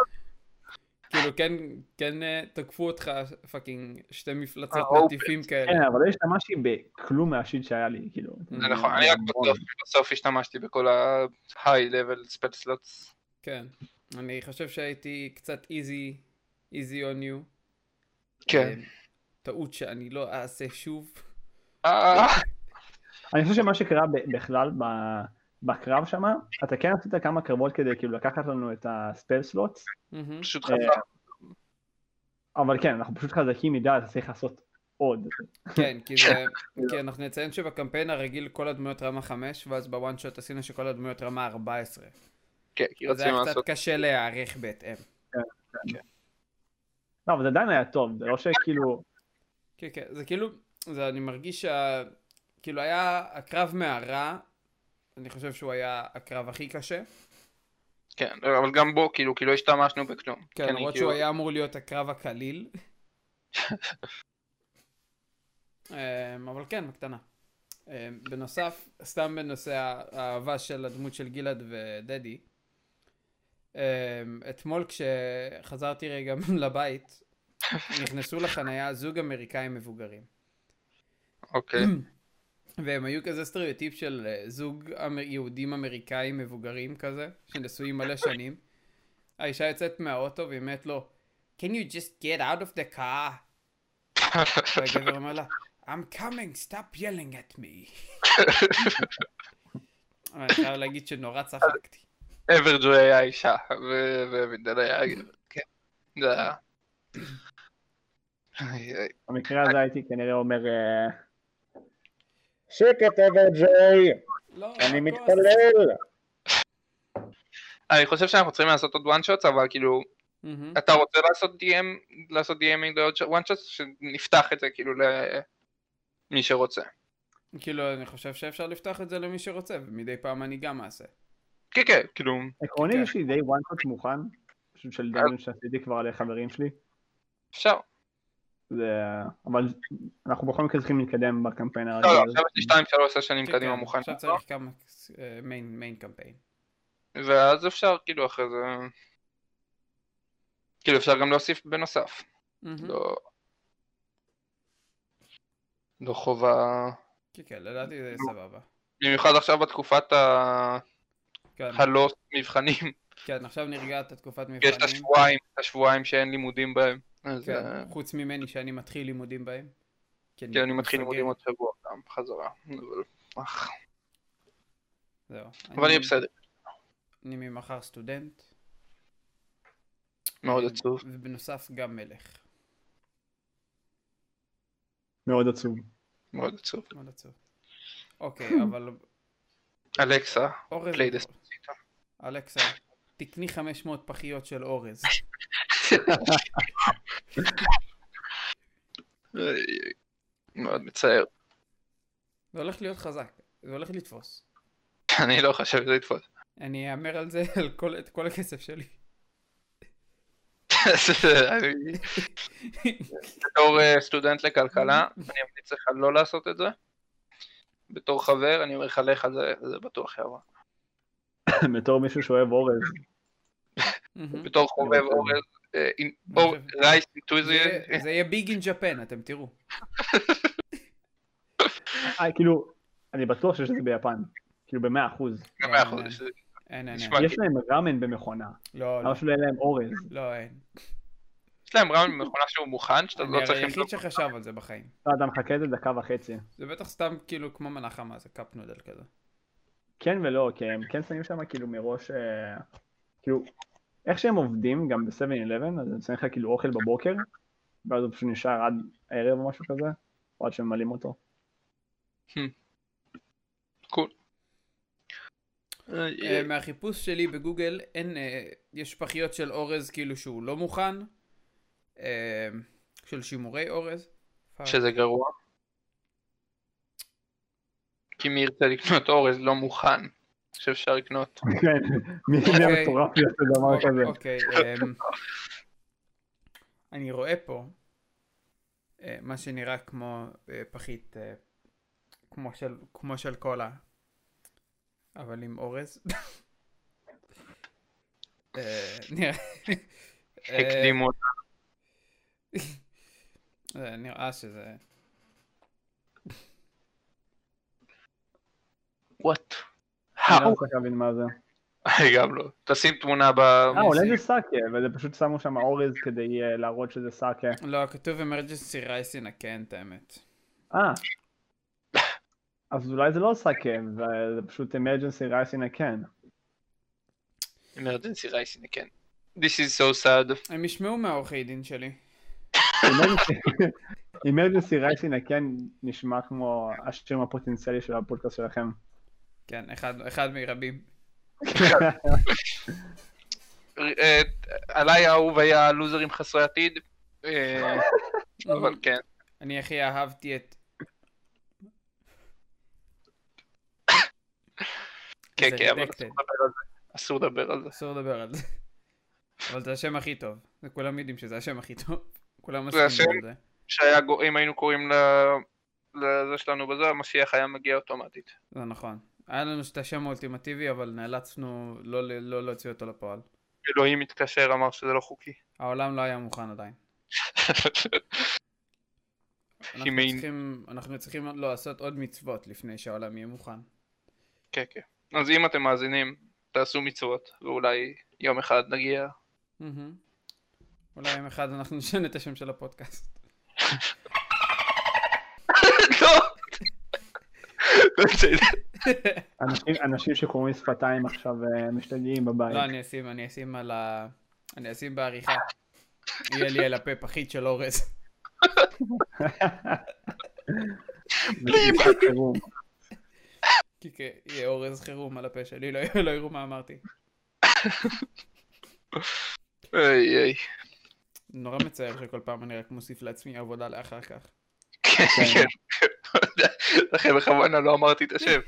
Speaker 1: כאילו כן, כן אה, תקפו אותך פאקינג שתי מפלצות
Speaker 2: אה,
Speaker 1: נטיפים כאלה.
Speaker 3: כן, אבל לא השתמשתי בכלום מהשיט שהיה לי, כאילו.
Speaker 2: זה נכון, אני רק בסוף, בסוף השתמשתי בכל ה-high-level spell slots.
Speaker 1: כן. אני חושב שהייתי קצת איזי, איזי on you.
Speaker 2: כן.
Speaker 1: אה, טעות שאני לא אעשה שוב.
Speaker 2: אה,
Speaker 3: אני חושב שמה שקרה ב- בכלל ב- בקרב שם, אתה כן עשית כמה קרבות כדי כאילו לקחת לנו את הספל סלוט,
Speaker 1: מהמם.
Speaker 2: פשוט
Speaker 3: אה,
Speaker 2: חזר.
Speaker 3: אבל כן, אנחנו פשוט חזקים מדי, אז צריך לעשות עוד.
Speaker 1: כן, כי זה... כי אנחנו נציין שבקמפיין הרגיל כל הדמויות רמה 5, ואז בוואן שוט עשינו שכל הדמויות רמה 14.
Speaker 2: כן, כי
Speaker 1: אז זה היה
Speaker 2: רצינו
Speaker 1: קצת
Speaker 2: לעשות...
Speaker 1: קשה להיערך בהתאם.
Speaker 3: לא, אבל זה עדיין היה טוב, זה לא שכאילו...
Speaker 1: כן, כן, זה כאילו, זה, אני מרגיש שה... כאילו היה הקרב מהרע, אני חושב שהוא היה הקרב הכי קשה.
Speaker 2: כן, אבל גם בו, כאילו, כי לא השתמשנו בכלום.
Speaker 1: כן, למרות
Speaker 2: כאילו-
Speaker 1: שהוא היה אמור להיות הקרב הקליל. אמ, אבל כן, בקטנה. אמ, בנוסף, סתם בנושא האהבה של הדמות של גלעד ודדי, אמ, אתמול כשחזרתי רגע לבית, נכנסו לחנייה זוג אמריקאים מבוגרים.
Speaker 2: אוקיי.
Speaker 1: והם היו כזה סטריאוטיפ של אה, זוג אמ- יהודים אמריקאים מבוגרים כזה, שנשואים מלא שנים. האישה יוצאת מהאוטו והיא אומרת לו, can you just get out of the car? והגבר אומר לה, I'm coming, stop yelling at me. אבל אני חייב להגיד שנורא צחקתי.
Speaker 2: אברג'וי היה אישה, ו- ואבינדר היה... כן. זה היה... איי, איי.
Speaker 3: במקרה הזה הייתי כנראה אומר... אה, שקט אברג'יי,
Speaker 1: לא, לא
Speaker 3: אני
Speaker 1: כועס.
Speaker 3: מתפלל.
Speaker 2: אני חושב שאנחנו צריכים לעשות עוד one shots, אבל כאילו,
Speaker 1: מהמם.
Speaker 2: אתה רוצה לעשות DM, לעשות DMing לעוד ש- one shots, שנפתח את זה כאילו למי שרוצה.
Speaker 1: כאילו, אני חושב שאפשר לפתוח את זה למי שרוצה, ומדי פעם אני גם אעשה.
Speaker 2: כן, כן, כאילו,
Speaker 3: עקרונית יש לי די וואן קוט מוכן, פשוט של דברים שעשיתי כבר לחברים שלי,
Speaker 2: אפשר.
Speaker 3: זה... אבל אנחנו בכל מקרה צריכים להתקדם בקמפיין
Speaker 2: לא, לא,
Speaker 3: הזה.
Speaker 2: עכשיו יש לי שתיים, שלוש סשנים
Speaker 1: כן,
Speaker 2: קדימה
Speaker 1: כן,
Speaker 2: מוכן.
Speaker 1: עכשיו צריך כמה אה, מיין מיין קמפיין.
Speaker 2: ואז אפשר כאילו אחרי זה... כאילו אפשר גם להוסיף בנוסף.
Speaker 1: מהמם.
Speaker 2: לא... לא חובה...
Speaker 1: כן, כן, לדעתי זה סבבה.
Speaker 2: במיוחד עכשיו בתקופת ה-
Speaker 1: כן,
Speaker 2: הלא מבחנים.
Speaker 1: כן, עכשיו נרגעת תקופת
Speaker 2: יש את
Speaker 1: מבחנים.
Speaker 2: השבועיים, את השבועיים שאין לימודים בהם. אז
Speaker 1: כן,
Speaker 2: אה,
Speaker 1: חוץ ממני שאני מתחיל לימודים בהם.
Speaker 2: כן, אני מתחיל
Speaker 1: מפגר.
Speaker 2: לימודים עוד שבוע גם, חזרה. אבל- אך,
Speaker 1: זהו.
Speaker 2: אבל אני בסדר,
Speaker 1: אני ממחר סטודנט,
Speaker 2: מאוד עצוב.
Speaker 1: ובנוסף גם מלך.
Speaker 3: מאוד עצוב.
Speaker 2: מאוד עצוב.
Speaker 1: מאוד עצוב. אוקיי, אבל
Speaker 2: אלכסה,
Speaker 1: אורז...
Speaker 2: play this.
Speaker 1: אלכסה, תקני 500 פחיות של אורז.
Speaker 2: מאוד מצער.
Speaker 1: זה הולך להיות חזק, זה הולך לתפוס.
Speaker 2: אני לא חושב שזה יתפוס.
Speaker 1: אני אאמר על זה, על כל- את כל הכסף שלי.
Speaker 2: אני- בתור אה, סטודנט לכלכלה, אני אמליץ לך לא לעשות את זה. בתור חבר, אני אומר לך, לך על זה, זה בטוח יעבור.
Speaker 3: בתור מישהו שאוהב אורז,
Speaker 1: מהמם.
Speaker 2: בתור חובב אורז, אה, אינ- אור- רייס אינטוזיאן,
Speaker 1: זה- זה יהיה ביג אין ג'פן, אתם תראו.
Speaker 3: אה, כאילו, אני בטוח שיש את זה ביפן, כאילו במאה אחוז.
Speaker 2: מאה אחוז.
Speaker 1: אין, אין, אין.
Speaker 2: נשמע-
Speaker 3: יש להם ראמן במכונה,
Speaker 1: לא, לא,
Speaker 3: למה שלא יהיה להם אורז?
Speaker 1: לא, אין.
Speaker 2: יש להם ראמן במכונה שהוא מוכן, שאתה לא
Speaker 1: אני
Speaker 2: צריך...
Speaker 1: היחיד
Speaker 2: לבדוק.
Speaker 1: שחשב על זה בחיים.
Speaker 3: לא, אתה מחכה את זה דקה וחצי.
Speaker 1: זה בטח סתם כאילו כמו מנה חמה, זה קאפ נודל כזה.
Speaker 3: כן ולא, כי הם כן שמים שם כאילו מראש, אה, כאילו, איך שהם עובדים גם ב-7-11, אז הם שמים לך כאילו אוכל בבוקר, ואז הוא פשוט נשאר עד הערב או משהו כזה, או עד שממלאים אותו.
Speaker 1: אה, מהחיפוש שלי בגוגל אין, אה, יש פחיות של אורז כאילו שהוא לא מוכן, אה, של שימורי אורז.
Speaker 2: אה, שזה גרוע. כי מי ירצה לקנות אורז לא מוכן, שאפשר לקנות.
Speaker 3: כן, מי
Speaker 1: אוקיי.
Speaker 3: מי מטורף לעשות דבר
Speaker 1: אוקיי,
Speaker 3: כזה.
Speaker 1: אוקיי, אמ, אני רואה פה אה, מה שנראה כמו אה, פחית, אה, כמו של, כמו של קולה, אבל עם אורז. אה, נראה- אה,
Speaker 2: הקדימו אותה.
Speaker 1: אה, נראה שזה...
Speaker 2: וואט.
Speaker 3: אני לא
Speaker 2: האו.
Speaker 3: מצליח להבין מה זה.
Speaker 2: אני גם לא. תשים תמונה ב...
Speaker 3: אה, אולי זה סאקה, וזה פשוט שמו שם אורז כדי אה, להראות שזה סאקה.
Speaker 1: לא, כתוב emergency rice in a can, את האמת.
Speaker 3: אה. אז אולי זה לא סאקה, וזה פשוט emergency rice in a can.
Speaker 2: אמרג'נסי רייסין, כן. This is so sad.
Speaker 1: הם ישמעו מהעורכי דין שלי.
Speaker 3: Emergency- emergency rice in a can נשמע כמו השם הפוטנציאלי של הפודקאסט שלכם.
Speaker 1: כן, אחד, אחד מרבים.
Speaker 2: אה, עליי האהוב היה לוזרים חסרי עתיד. אה, אבל כן.
Speaker 1: אני הכי אהבתי את...
Speaker 2: כן,
Speaker 1: זה
Speaker 2: כן, אבל
Speaker 1: redacted.
Speaker 2: אסור לדבר על זה. אסור לדבר על
Speaker 1: אסור לדבר על
Speaker 2: זה.
Speaker 1: זה. אבל זה השם הכי טוב. זה כולם יודעים שזה השם הכי טוב. כולם
Speaker 2: זה
Speaker 1: מסכימים על זה.
Speaker 2: שהיה, גו- אם היינו קוראים ל... לזה שלנו בזה, המשיח היה מגיע אוטומטית.
Speaker 1: זה נכון. היה לנו את השם האולטימטיבי, אבל נאלצנו לא ל- לא להוציא אותו לפועל.
Speaker 2: אלוהים התקשר, אמר שזה לא חוקי.
Speaker 1: העולם לא היה מוכן עדיין. אנחנו
Speaker 2: מאין-
Speaker 1: צריכים- אנחנו צריכים לא לעשות עוד מצוות לפני שהעולם יהיה מוכן.
Speaker 2: כן, כן. אז אם אתם מאזינים, תעשו מצוות, ואולי יום אחד נגיע. Mhm.
Speaker 1: מהמם. אולי יום אחד אנחנו נשנה את השם של הפודקאסט.
Speaker 2: לא!
Speaker 3: אנשים- אנשים שקוראים שפתיים עכשיו אה, משתגעים בבית.
Speaker 1: לא, אני אשים, אני אשים על ה... אני אשים בעריכה. יהיה לי על הפה פחית של אורז.
Speaker 3: זה פשוט חירום.
Speaker 1: כי כי יהיה אורז חירום על הפה שלי, לא, לא יראו מה אמרתי.
Speaker 2: איי איי.
Speaker 1: נורא מצער שכל פעם אני רק מוסיף לעצמי עבודה לאחר כך.
Speaker 2: כן,
Speaker 3: כן.
Speaker 2: כן. לכן בכוונה לא אמרתי את השם.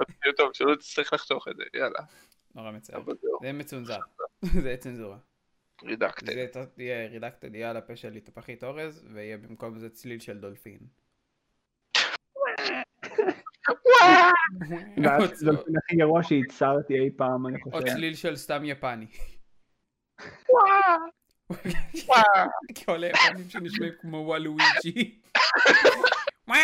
Speaker 2: אבל טוב, שלא תצטרך לחתוך את זה, יאללה.
Speaker 1: נורא מצער.
Speaker 2: אבל זהו,
Speaker 1: זה מצונזר. זה צנזורה.
Speaker 2: רידקת.
Speaker 1: זה ת- יהיה רידקטד, יהיה על הפה שלי תפחית אורז, ויהיה במקום זה צליל של דולפין.
Speaker 3: ואז
Speaker 1: עוד
Speaker 3: זה הדבר הכי גרוע שייצרתי אי פעם, אני
Speaker 1: או
Speaker 3: חושב.
Speaker 1: צליל של סתם יפני.
Speaker 2: וואו.
Speaker 1: כל היפנים שנשמעים כמו וואלואיג'י. וואו.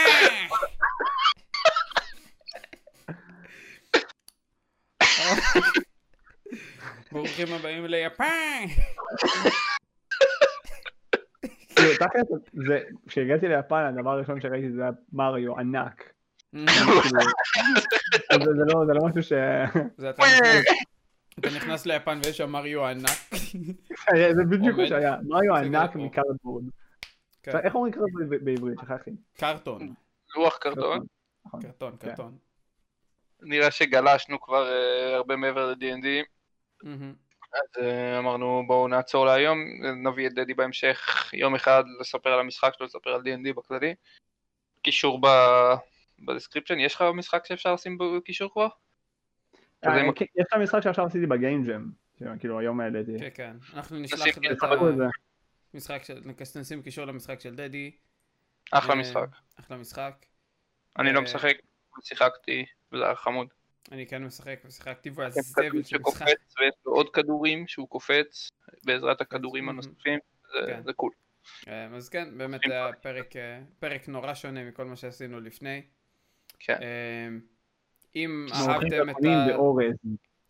Speaker 1: ברוכים הבאים ליפן.
Speaker 3: כאילו, תכלס, זה- כשהגעתי ליפן, הדבר הראשון שראיתי זה היה מריו ענק. כאילו, זה זה לא- זה לא משהו ש...
Speaker 1: זה אתה נכנס- אתה נכנס ליפן ויש שם מריו ענק.
Speaker 3: זה בדיוק מה
Speaker 1: עומד.
Speaker 3: שהיה, מריו
Speaker 1: זה
Speaker 3: ענק
Speaker 1: גרוע.
Speaker 3: מקרדבורד.
Speaker 1: כן.
Speaker 3: איך אומרים קרדבורד ב- בעברית? שכחתי.
Speaker 1: קרטון,
Speaker 2: לוח קרטון.
Speaker 3: נכון.
Speaker 1: קרטון, קרטון.
Speaker 2: נראה שגלשנו כבר אה, הרבה מעבר ל-D&D,
Speaker 1: מהמם.
Speaker 2: אז אה, אמרנו בואו נעצור להיום, נביא את דדי בהמשך יום אחד לספר על המשחק שלו, לספר על D&D בכללי. קישור ב... בדסקריפשן, יש לך משחק שאפשר לשים בו קישור כבר?
Speaker 3: אה,
Speaker 2: כזה עם-
Speaker 3: כן, יש את המשחק שעכשיו עשיתי בגיימג'ם, כאילו היום העליתי.
Speaker 1: כן, כן. אנחנו נשלח
Speaker 2: נשים
Speaker 1: את
Speaker 3: תשחקו את זה.
Speaker 1: המשחק של... נשים קישור למשחק של דדי.
Speaker 2: אחלה
Speaker 1: אה,
Speaker 2: משחק.
Speaker 1: אחלה משחק.
Speaker 2: אני לא
Speaker 1: אה,
Speaker 2: משחק, שיחקתי, וזה היה חמוד.
Speaker 1: אני כן משחק ושיחקתי בו, אז
Speaker 2: כן,
Speaker 1: זבל
Speaker 2: כדור
Speaker 1: של משחק.
Speaker 2: שקופץ ויש לו עוד כדורים שהוא קופץ בעזרת הכדורים
Speaker 1: מהמם.
Speaker 2: הנוספים, זה-
Speaker 1: כן.
Speaker 2: זה קול.
Speaker 1: אה, אז כן, באמת
Speaker 2: אם
Speaker 1: היה פרק, אה, פרק נורא שונה מכל מה שעשינו לפני.
Speaker 2: כן.
Speaker 1: אה, אם
Speaker 3: אנחנו אוכלים
Speaker 1: אהבתם את
Speaker 3: דרקונים
Speaker 1: ה...
Speaker 3: ואורז.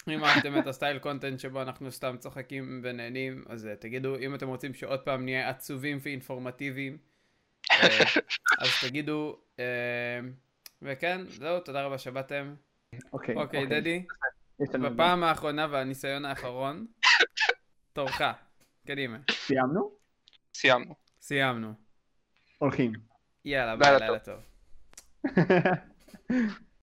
Speaker 1: אם אהבתם את הסטייל קונטנט שבו אנחנו סתם צוחקים ונהנים, אז אה, תגידו, אם אתם רוצים שעוד פעם נהיה עצובים ואינפורמטיביים, אה, אז תגידו, אה, וכן, זהו, תודה רבה שבאתם.
Speaker 3: אוקיי,
Speaker 1: אוקיי, דדי,
Speaker 3: יש לנו-
Speaker 1: בפעם האחרונה והניסיון האחרון, תורך, קדימה.
Speaker 3: סיימנו?
Speaker 2: סיימנו.
Speaker 1: סיימנו.
Speaker 3: הולכים.
Speaker 1: יאללה,
Speaker 2: לילה
Speaker 1: ביי, לילה טוב.